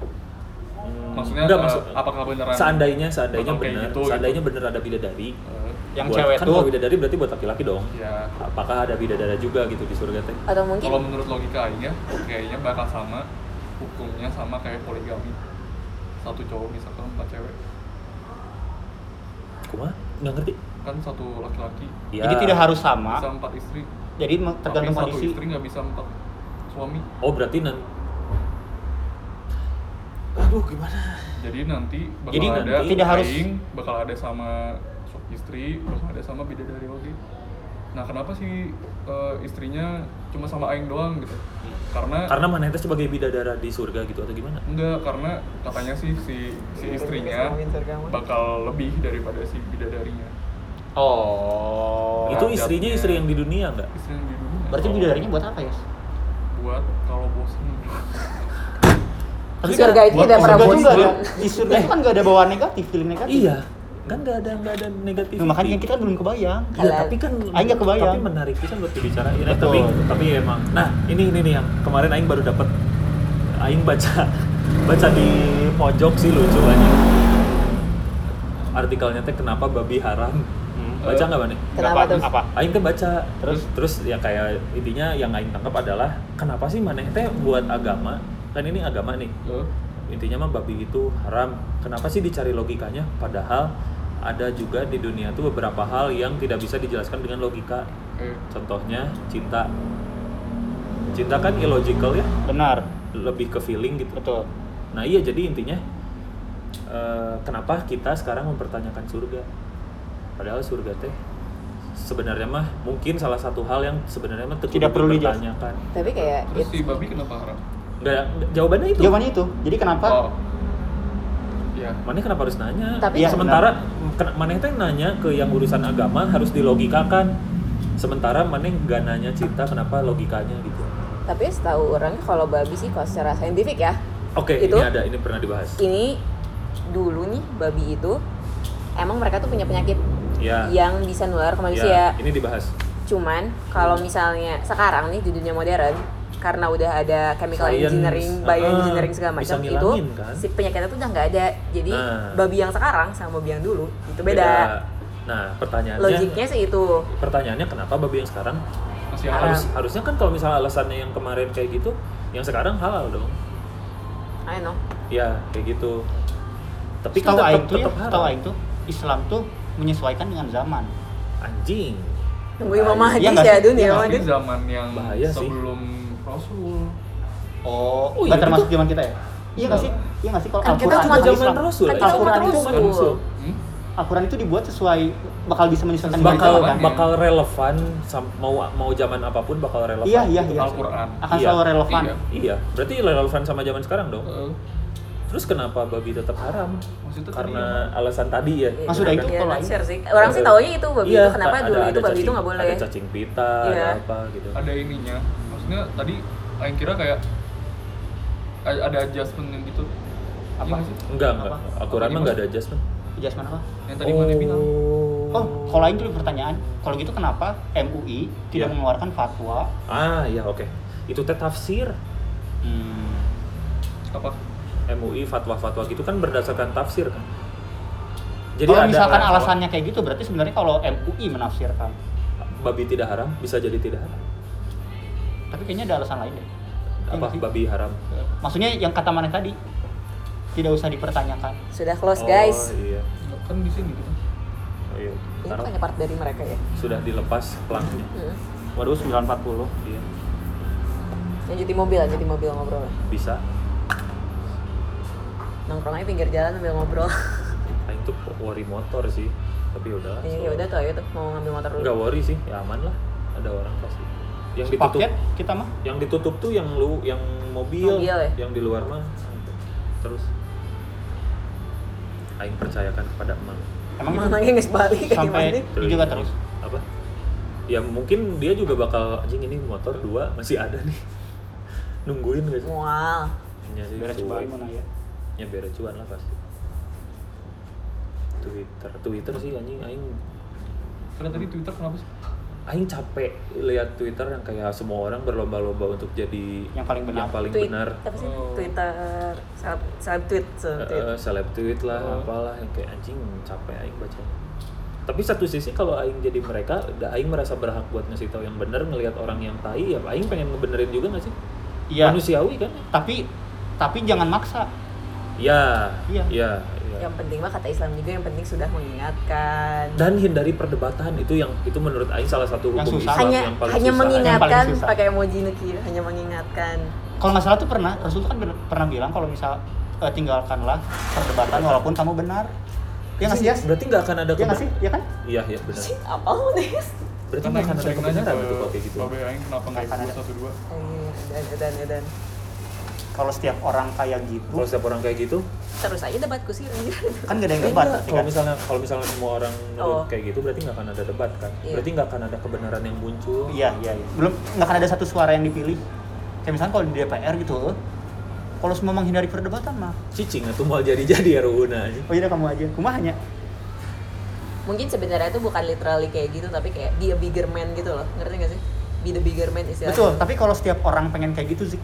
Speaker 2: Hmm,
Speaker 1: Maksudnya
Speaker 2: nggak,
Speaker 1: eh,
Speaker 2: maksud-
Speaker 1: apakah beneran?
Speaker 2: Seandainya seandainya
Speaker 1: Bakal kayak
Speaker 2: benar,
Speaker 1: gitu, gitu.
Speaker 2: seandainya benar ada bidadari.
Speaker 1: Eh,
Speaker 3: Yang
Speaker 2: buat-
Speaker 3: cewek
Speaker 2: kan
Speaker 3: tuh
Speaker 2: kalau bidadari berarti buat laki-laki dong.
Speaker 1: ya.
Speaker 2: Apakah ada bidadara juga gitu di surga teh?
Speaker 4: Atau mungkin
Speaker 1: Kalau menurut logika Aingnya, kayaknya bakal sama hukumnya sama kayak poligami. Satu cowok bisa ke empat cewek.
Speaker 2: Kumaha? Nggak ngerti. Ya.
Speaker 1: Kan satu laki-laki
Speaker 2: iya.
Speaker 3: jadi tidak harus sama.
Speaker 1: bisa empat istri.
Speaker 3: Jadi me- tergantung
Speaker 1: tapi satu
Speaker 3: kondisi.
Speaker 1: istri nggak bisa empat suami.
Speaker 2: Oh berarti nan. Aduh gimana?
Speaker 1: Jadi nanti bakal
Speaker 2: Jadi
Speaker 1: ada
Speaker 2: nanti
Speaker 3: tidak harus-
Speaker 1: aing, bakal ada sama sok istri, bakal ada sama bidadari lagi. Nah, kenapa sih eh, istrinya cuma sama aing doang gitu? Karena
Speaker 2: Karena mana itu sebagai bidadara di surga gitu atau gimana?
Speaker 1: enggak karena katanya sih si si istrinya bakal lebih daripada si bidadarinya.
Speaker 3: Oh.
Speaker 2: itu istrinya istri yang di dunia nggak?
Speaker 1: Istri yang di dunia.
Speaker 3: Berarti
Speaker 1: Kalau-
Speaker 3: bidadarinya buat apa ya?
Speaker 1: buat kalau bosan.
Speaker 4: Di surga itu
Speaker 3: buat
Speaker 4: tidak
Speaker 3: di
Speaker 4: pernah
Speaker 3: surga
Speaker 4: bosan.
Speaker 3: tuh nggak ada- Di surga itu kan nggak ada bawaan negatif, feeling negatif.
Speaker 2: Iya, kan nggak ada nggak ada negatif.
Speaker 3: Nah, makanya kita belum kebayang.
Speaker 2: Ya, tapi kan
Speaker 3: Iya, Aing nggak kebayang.
Speaker 2: Tapi menarik sih buat dibicarain. Eh,
Speaker 3: Betul.
Speaker 2: tapi tapi emang. Nah, ini ini nih yang kemarin aing baru dapat aing baca baca di pojok sih lucu aja. artikelnya teh kenapa babi haram.
Speaker 3: Hmm.
Speaker 2: Baca nggak Mane?
Speaker 4: Kenapa tuh?
Speaker 3: Apa?
Speaker 2: Aing teh baca terus terus ya kayak intinya yang aing tangkap adalah kenapa sih maneh teh buat agama kan ini agama nih
Speaker 1: Eh,
Speaker 2: intinya mah babi itu haram kenapa sih dicari logikanya padahal ada juga di dunia tuh beberapa hal yang tidak bisa dijelaskan dengan logika
Speaker 1: eh,
Speaker 2: contohnya cinta cinta kan illogical ya
Speaker 3: Benar,
Speaker 2: lebih ke feeling gitu
Speaker 3: betul.
Speaker 2: nah iya jadi intinya eh, kenapa kita sekarang mempertanyakan surga padahal surga teh sebenarnya mah mungkin salah satu hal yang sebenarnya mah
Speaker 3: Tidak perlu dijelas-
Speaker 2: dipertanyakan
Speaker 4: tapi kayak
Speaker 1: Terus
Speaker 3: Iya.
Speaker 1: si babi kenapa haram?
Speaker 2: nggak jawabannya itu
Speaker 3: Jawabannya itu. Jadi kenapa?
Speaker 1: Oh. Iya.
Speaker 2: Mana kenapa harus nanya?
Speaker 4: Tapi-
Speaker 2: Ya, sementara ken- Maneh teh nanya ke yang urusan agama harus dilogikakan. Sementara Maneh nggak nanya cinta kenapa logikanya gitu.
Speaker 4: tapi setahu orang kalau babi sih kalau secara saintifik ya
Speaker 2: Oke,
Speaker 4: Itu?
Speaker 2: ini ada, ini pernah dibahas.
Speaker 4: ini dulu nih babi itu emang mereka tuh punya penyakit
Speaker 2: Ya.
Speaker 4: yang bisa
Speaker 2: Ya,
Speaker 4: nular ke iya, manusia
Speaker 2: ini dibahas.
Speaker 4: Cuman kalau
Speaker 2: Hmm.
Speaker 4: misalnya sekarang nih di dunia modern karena udah ada chemical
Speaker 2: Science.
Speaker 4: engineering, bioengineering
Speaker 2: Ah,
Speaker 4: segala
Speaker 2: bisa
Speaker 4: macam itu
Speaker 2: ngilangin, kan?
Speaker 4: si penyakitnya tuh udah nggak ada. Jadi
Speaker 2: Nah.
Speaker 4: babi yang sekarang sama babi yang dulu itu beda.
Speaker 2: Nah, pertanyaannya
Speaker 4: Logiknya sih itu.
Speaker 2: pertanyaannya kenapa babi yang sekarang
Speaker 1: Masih
Speaker 4: Haram.
Speaker 1: haram.
Speaker 2: harus harusnya kan kalau misalnya alasannya yang kemarin kayak gitu, yang sekarang halal dong.
Speaker 4: I know.
Speaker 2: Ya, kayak gitu. Tapi kan
Speaker 3: Setahu aing
Speaker 2: tetap
Speaker 3: tuh, ya,
Speaker 2: tetap
Speaker 3: setahu
Speaker 2: haram.
Speaker 3: aing tuh Islam tuh menyesuaikan dengan zaman.
Speaker 2: Anjing.
Speaker 4: Nungguin
Speaker 2: Bahaya.
Speaker 4: mama hadis
Speaker 3: nggak
Speaker 4: ya
Speaker 3: sih?
Speaker 4: dunia
Speaker 3: Iya
Speaker 4: mama
Speaker 1: Tapi
Speaker 4: hadis.
Speaker 1: zaman yang
Speaker 2: Bahaya sih.
Speaker 1: sebelum Rasul.
Speaker 3: Oh,
Speaker 2: Oh,
Speaker 3: nggak
Speaker 2: iya
Speaker 3: termasuk zaman kita ya? Iya nggak sih? Iya nggak sih kalau
Speaker 4: Kan kita
Speaker 3: Al-Quran
Speaker 4: cuma
Speaker 3: sama
Speaker 2: zaman
Speaker 3: Islam?
Speaker 2: Rasul,
Speaker 4: Kan
Speaker 2: ya?
Speaker 4: kita cuma
Speaker 3: Al-Quran itu
Speaker 4: Rasul.
Speaker 3: bukan Rasul.
Speaker 1: Hmm?
Speaker 3: Al-Quran itu dibuat sesuai bakal bisa menyesuaikan dengan
Speaker 2: bakal
Speaker 3: zaman.
Speaker 1: Iya.
Speaker 2: bakal relevan sam- mau mau zaman apapun bakal relevan.
Speaker 3: Iya, iya, iya.
Speaker 1: Al-Quran.
Speaker 3: Akan
Speaker 2: Iya.
Speaker 3: selalu relevan.
Speaker 1: Iya.
Speaker 2: Iya, berarti relevan sama zaman sekarang dong.
Speaker 1: Eh,
Speaker 2: Terus kenapa babi tetap haram?
Speaker 1: Maksudnya
Speaker 2: Karena alasan tadi ya.
Speaker 3: Maksud Maksudnya aing tuh
Speaker 4: Iya,
Speaker 3: kalau
Speaker 4: not
Speaker 3: aing-
Speaker 4: sure sih. Orang sih taunya itu babi
Speaker 2: Iya,
Speaker 4: itu kenapa
Speaker 2: ada-
Speaker 4: dulu
Speaker 2: ada
Speaker 4: itu babi itu
Speaker 2: cacing-
Speaker 4: nggak boleh.
Speaker 2: Ada cacing pita,
Speaker 4: Iya.
Speaker 2: ada apa gitu.
Speaker 1: ada ininya. Maksudnya tadi yang kira kayak a- ada adjustment yang gitu. Iya
Speaker 3: Apa?
Speaker 1: nggak sih?
Speaker 2: Enggak, enggak.
Speaker 3: Apa?
Speaker 2: Al-Quran
Speaker 1: Apa
Speaker 2: mah enggak ada adjustment.
Speaker 3: Jasmine apa?
Speaker 1: Yang tadi mana bilang?
Speaker 3: Oh, kalau lain dulu pertanyaan, kalau gitu kenapa MUI
Speaker 2: Iya.
Speaker 3: tidak mengeluarkan fatwa?
Speaker 2: Ah, iya oke. Itu teh tafsir. Hmm.
Speaker 1: Apa?
Speaker 2: MUI fatwa-fatwa gitu kan berdasarkan tafsir kan.
Speaker 3: Jadi
Speaker 2: ada
Speaker 3: kalau misalkan
Speaker 2: alasan-
Speaker 3: alasannya kayak gitu, berarti sebenarnya kalau MUI menafsirkan,
Speaker 2: babi tidak haram bisa jadi tidak haram.
Speaker 3: tapi kayaknya ada alasan lain deh. Iya
Speaker 2: Apa
Speaker 3: nggak sih?
Speaker 2: babi haram?
Speaker 3: Maksudnya yang kata mana tadi? Tidak usah dipertanyakan.
Speaker 4: Sudah close
Speaker 2: Oh,
Speaker 4: guys.
Speaker 2: iya.
Speaker 1: Kan di sini gitu.
Speaker 2: Oh, iya.
Speaker 4: Ini
Speaker 2: Taruh.
Speaker 4: bukannya part dari mereka ya.
Speaker 2: sudah dilepas pelangnya.
Speaker 4: Hmm.
Speaker 3: Waduh, 940.
Speaker 2: Iya.
Speaker 4: Lanjutin mobil, lanjutin mobil ngobrol.
Speaker 2: Bisa.
Speaker 4: Nongkrongnya pinggir jalan sambil ngobrol.
Speaker 2: Aing tuh Ah, worry motor sih, tapi udah.
Speaker 4: Ya udah tuh ayo tuh mau ngambil motor dulu.
Speaker 2: Enggak worry sih, ya aman lah. Ada orang pasti. Yang ditutup,
Speaker 3: Paket kita mah.
Speaker 2: yang ditutup tuh yang lu, yang mobil,
Speaker 4: Mobil ya?
Speaker 2: yang di luar mah. Terus. Aing percayakan kepada emang.
Speaker 3: Emang gitu?
Speaker 4: Mamanya nggak sebalik kayak gimana
Speaker 3: sampai
Speaker 4: nih?
Speaker 3: juga terus.
Speaker 2: Apa? Ya mungkin dia juga bakal anjing ini motor dua masih ada nih. Nungguin guys.
Speaker 4: Mual.
Speaker 2: Nyari
Speaker 3: Beres
Speaker 2: cuan.
Speaker 3: coba gimana ya?
Speaker 2: Iya ya biar cuan lah pasti Twitter Twitter sih anjing aing
Speaker 1: Karena tadi Twitter kenapa sih?
Speaker 2: aing capek lihat Twitter yang kayak semua orang berlomba-lomba untuk jadi
Speaker 3: Yang paling benar.
Speaker 2: yang paling
Speaker 4: Tweet,
Speaker 2: benar
Speaker 4: apa sih?
Speaker 1: Oh.
Speaker 4: Twitter, seleb, seleb tweet, seleb tweet.
Speaker 2: Eh, seleb tweet lah
Speaker 1: Oh.
Speaker 2: apalah yang kayak anjing capek aing baca tapi satu sisi kalau aing jadi mereka da- aing merasa berhak buat ngasih tahu yang benar ngelihat orang yang tai ya aing pengen ngebenerin juga nggak sih
Speaker 3: Iya.
Speaker 2: manusiawi kan
Speaker 3: Tapi tapi jangan maksa.
Speaker 2: ya
Speaker 3: Iya.
Speaker 2: ya,
Speaker 4: Yang penting mah kata Islam juga yang penting sudah mengingatkan.
Speaker 2: dan hindari perdebatan itu yang itu menurut aing salah satu
Speaker 3: Yang
Speaker 2: hukum
Speaker 3: susah.
Speaker 2: Islam
Speaker 4: hanya
Speaker 2: yang paling
Speaker 4: hanya
Speaker 2: susah
Speaker 4: mengingatkan
Speaker 3: Yang paling susah.
Speaker 4: pakai emoji nukil, hanya mengingatkan.
Speaker 3: Kalau nggak salah tuh pernah Rasul tuh kan bener- pernah bilang kalau misal eh, tinggalkanlah perdebatan walaupun kamu benar. Ya nggak sih? Yas?
Speaker 2: Berarti nggak akan ada
Speaker 3: Ya nggak sih?
Speaker 2: kebenaran.
Speaker 3: Ya kan?
Speaker 2: Iya, iya benar.
Speaker 4: Sih, apa lu nih?
Speaker 2: Berarti
Speaker 1: Kan
Speaker 2: nggak akan
Speaker 1: Aing sering
Speaker 2: ada
Speaker 1: nanya
Speaker 2: kebenaran
Speaker 1: ke
Speaker 2: tuh kalau kayak gitu.
Speaker 1: Babe Aing kenapa nggak
Speaker 3: Nggak akan
Speaker 1: ikut
Speaker 3: ada.
Speaker 1: satu dua?
Speaker 4: Eh, Dan dan dan.
Speaker 3: Kalau setiap orang kayak gitu
Speaker 2: Kalau setiap orang kayak gitu,
Speaker 4: Terus aja debat kusir anjir.
Speaker 3: kan nggak ada yang debat. pasti
Speaker 2: Iya, kalau
Speaker 3: kan?
Speaker 2: misalnya kalau misalnya semua orang nurut
Speaker 4: Oh.
Speaker 2: kayak gitu, berarti nggak akan ada debat kan?
Speaker 4: Iya.
Speaker 2: Berarti nggak akan ada kebenaran yang muncul.
Speaker 3: Iya, iya, iya. Belum nggak akan ada satu suara yang dipilih. Kayak misalnya kalau di DPR gitu, eh, kalau semua menghindari perdebatan mah.
Speaker 2: Cicing atau mau jadi-jadi ya Ruhuna aja.
Speaker 3: Oh iya kamu aja. Kumah hanya
Speaker 4: Mungkin sebenarnya itu bukan literally kayak gitu tapi kayak be a bigger man gitu loh. Ngerti gak sih? Be the bigger man ya. istilahnya.
Speaker 3: Betul, tapi kalau setiap orang pengen kayak gitu sih.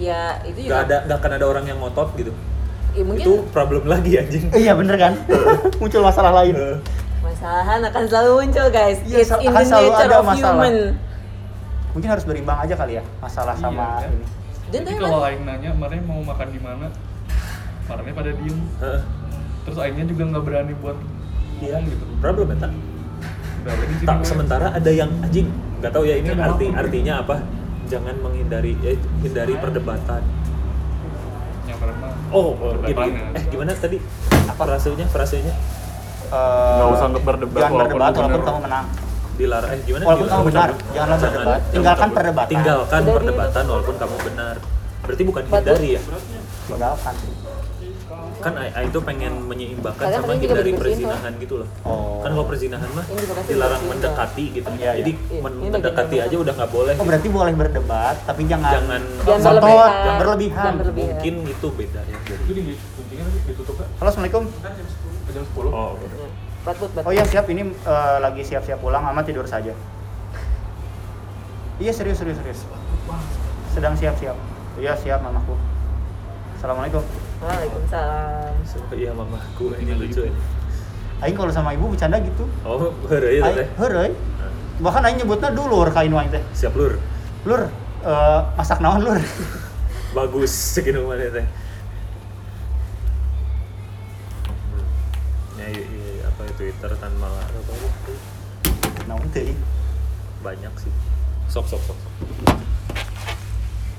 Speaker 4: Ya, itu
Speaker 2: Nggak
Speaker 4: juga
Speaker 2: ada nggak akan ada orang yang ngotot gitu.
Speaker 4: ya mungkin
Speaker 2: itu problem lagi anjing
Speaker 3: iya bener kan muncul masalah lain
Speaker 4: masalahan akan selalu muncul guys.
Speaker 3: Iya,
Speaker 4: It's
Speaker 3: sel-
Speaker 4: in
Speaker 3: akan
Speaker 4: the
Speaker 3: selalu
Speaker 4: nature
Speaker 3: ada
Speaker 4: of
Speaker 3: masalah.
Speaker 4: human.
Speaker 3: mungkin harus berimbang aja kali ya masalah
Speaker 1: Iya,
Speaker 3: sama
Speaker 1: kan?
Speaker 3: ini
Speaker 4: Dan
Speaker 1: Jadi
Speaker 4: tuh
Speaker 1: kalau
Speaker 4: emang-
Speaker 1: Aing nanya, Marnya mau makan di mana? Marnya pada diem.
Speaker 2: Heeh.
Speaker 1: Terus Aingnya juga nggak berani buat
Speaker 2: iya
Speaker 1: ngomong gitu.
Speaker 2: problem ya, eta
Speaker 1: Udah, di sini
Speaker 2: tak
Speaker 1: Mar.
Speaker 2: sementara ada yang anjing nggak tahu ya ini
Speaker 1: Ini
Speaker 2: arti
Speaker 1: apa?
Speaker 2: artinya apa jangan menghindari eh, hindari perdebatan
Speaker 1: Yang pertama.
Speaker 2: oh oh,
Speaker 1: Perdebatan
Speaker 2: gini, gini.
Speaker 1: ya.
Speaker 2: eh gimana tadi apa rasanya frasenya
Speaker 1: Nggak usah untuk berdebat
Speaker 3: Eh, jangan
Speaker 1: walaupun
Speaker 3: berdebat walaupun
Speaker 1: bener.
Speaker 3: kamu menang
Speaker 2: dilarang eh gimana
Speaker 3: Walaupun
Speaker 2: dilarang?
Speaker 3: kamu benar, janganlah berdebat. Tinggalkan perdebatan.
Speaker 2: tinggalkan
Speaker 4: Udah,
Speaker 2: perdebatan walaupun kamu benar berarti bukan
Speaker 4: Betul.
Speaker 2: hindari ya
Speaker 3: tinggalkan
Speaker 2: kan A itu pengen menyeimbangkan
Speaker 4: Kadang
Speaker 2: sama
Speaker 4: kadang juga
Speaker 2: hindari
Speaker 4: bagus gitu.
Speaker 2: perzinahan gitu loh
Speaker 3: oh
Speaker 2: kan kalau perzinahan mah
Speaker 4: Ini juga pasti
Speaker 2: dilarang
Speaker 4: bagus juga.
Speaker 2: mendekati gitu
Speaker 3: Iya, iya.
Speaker 2: jadi
Speaker 4: Iya,
Speaker 2: men-
Speaker 4: ini bagian
Speaker 2: mendekati
Speaker 4: yang
Speaker 2: aja udah nggak boleh
Speaker 3: oh berarti boleh berdebat tapi jangan
Speaker 2: jangan
Speaker 4: Jangan
Speaker 3: Ngotot,
Speaker 4: ya. berlebihan.
Speaker 3: jangan berlebihan.
Speaker 4: Jangan berlebihan.
Speaker 2: mungkin itu beda ya
Speaker 1: Itu di kuncinya nanti ditutup kan?
Speaker 3: halo assalamualaikum
Speaker 1: Jam 10.
Speaker 2: oh
Speaker 4: Iya. Bat, bat, bat.
Speaker 3: oh iya siap ini eh, lagi siap-siap pulang ama tidur saja iya serius serius serius sedang siap-siap iya siap mamaku assalamualaikum
Speaker 4: Waalaikumsalam.
Speaker 2: iya mamaku ini lucu ini
Speaker 3: Aing kalau sama ibu bercanda gitu
Speaker 2: oh
Speaker 1: Iya,
Speaker 2: heureuy ya teh
Speaker 3: Aing heureuy bahkan kan Aing nyebutnya dulur kain wain teh
Speaker 2: siap lur
Speaker 3: lur eh, masak naon lur
Speaker 2: bagus segini mana teh ya iya, iya, iya, apa ya, Twitter kan malah apa itu?
Speaker 3: naon teh iya.
Speaker 2: banyak sih sok sok sok sok.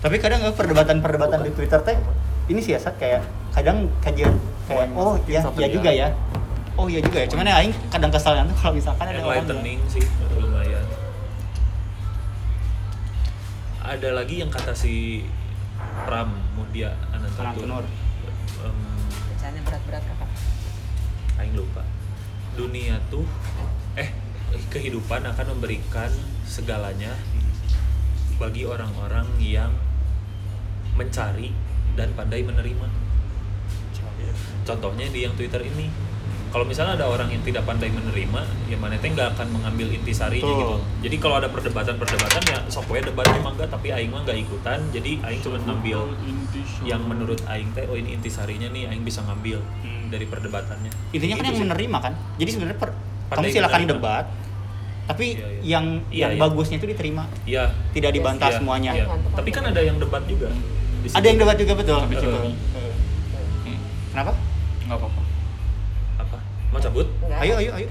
Speaker 3: tapi kadang eh, perdebatan-perdebatan di Twitter teh ini siasat kayak kadang kajian kayak
Speaker 1: Poin
Speaker 3: oh iya
Speaker 1: satu
Speaker 3: iya
Speaker 1: ya.
Speaker 3: juga ya oh iya juga ya cuman ya aing kadang kesalnya tuh kalau misalkan ada orang yang
Speaker 2: enlightening sih lumayan ada lagi yang kata si Pram Mudia
Speaker 3: Anantunur.
Speaker 2: Anantunur Em,
Speaker 4: Bacaannya berat-berat kakak.
Speaker 2: Aing lupa dunia tuh eh kehidupan akan memberikan segalanya bagi orang-orang yang mencari dan pandai menerima contohnya di yang Twitter ini kalau misalnya ada orang yang tidak pandai menerima ya mana teh nggak akan mengambil intisarinya
Speaker 3: Betul.
Speaker 2: gitu jadi kalau ada perdebatan-perdebatan ya sok we debat emang enggak tapi aing mah nggak ikutan jadi aing cuma ngambil yang menurut aing teh oh ini intisarinya nih aing bisa ngambil dari perdebatannya
Speaker 3: intinya kan
Speaker 2: Gitu
Speaker 3: yang
Speaker 2: sih.
Speaker 3: menerima kan jadi sebenarnya per-
Speaker 2: Pandai
Speaker 3: kamu silakan
Speaker 2: menerima.
Speaker 3: debat tapi
Speaker 2: Iya, iya.
Speaker 3: yang
Speaker 2: Iya,
Speaker 3: yang
Speaker 2: iya.
Speaker 3: bagusnya itu diterima
Speaker 2: Iya.
Speaker 3: tidak
Speaker 4: Iya,
Speaker 3: dibantah
Speaker 2: iya,
Speaker 3: semuanya
Speaker 2: iya. tapi kan ada yang debat juga di
Speaker 3: ada
Speaker 2: situ.
Speaker 3: yang debat juga betul
Speaker 2: Tapi
Speaker 3: betul.
Speaker 2: cuma-
Speaker 3: kenapa
Speaker 1: Hmm, Nggak apa-apa.
Speaker 2: apa mau cabut
Speaker 4: Enggak.
Speaker 3: ayo ayo ayo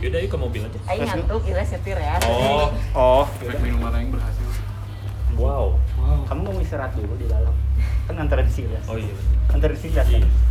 Speaker 2: yaudah yuk ke mobil aja
Speaker 4: Ayo
Speaker 3: Let's go.
Speaker 4: ngantuk, gila setir ya.
Speaker 2: oh
Speaker 3: oh
Speaker 1: Efek minuman Aing berhasil.
Speaker 2: wow
Speaker 1: Wow.
Speaker 3: kamu mau istirahat dulu di dalam kan antar di sini
Speaker 2: oh iya
Speaker 3: antar di sini kan?
Speaker 2: Iya.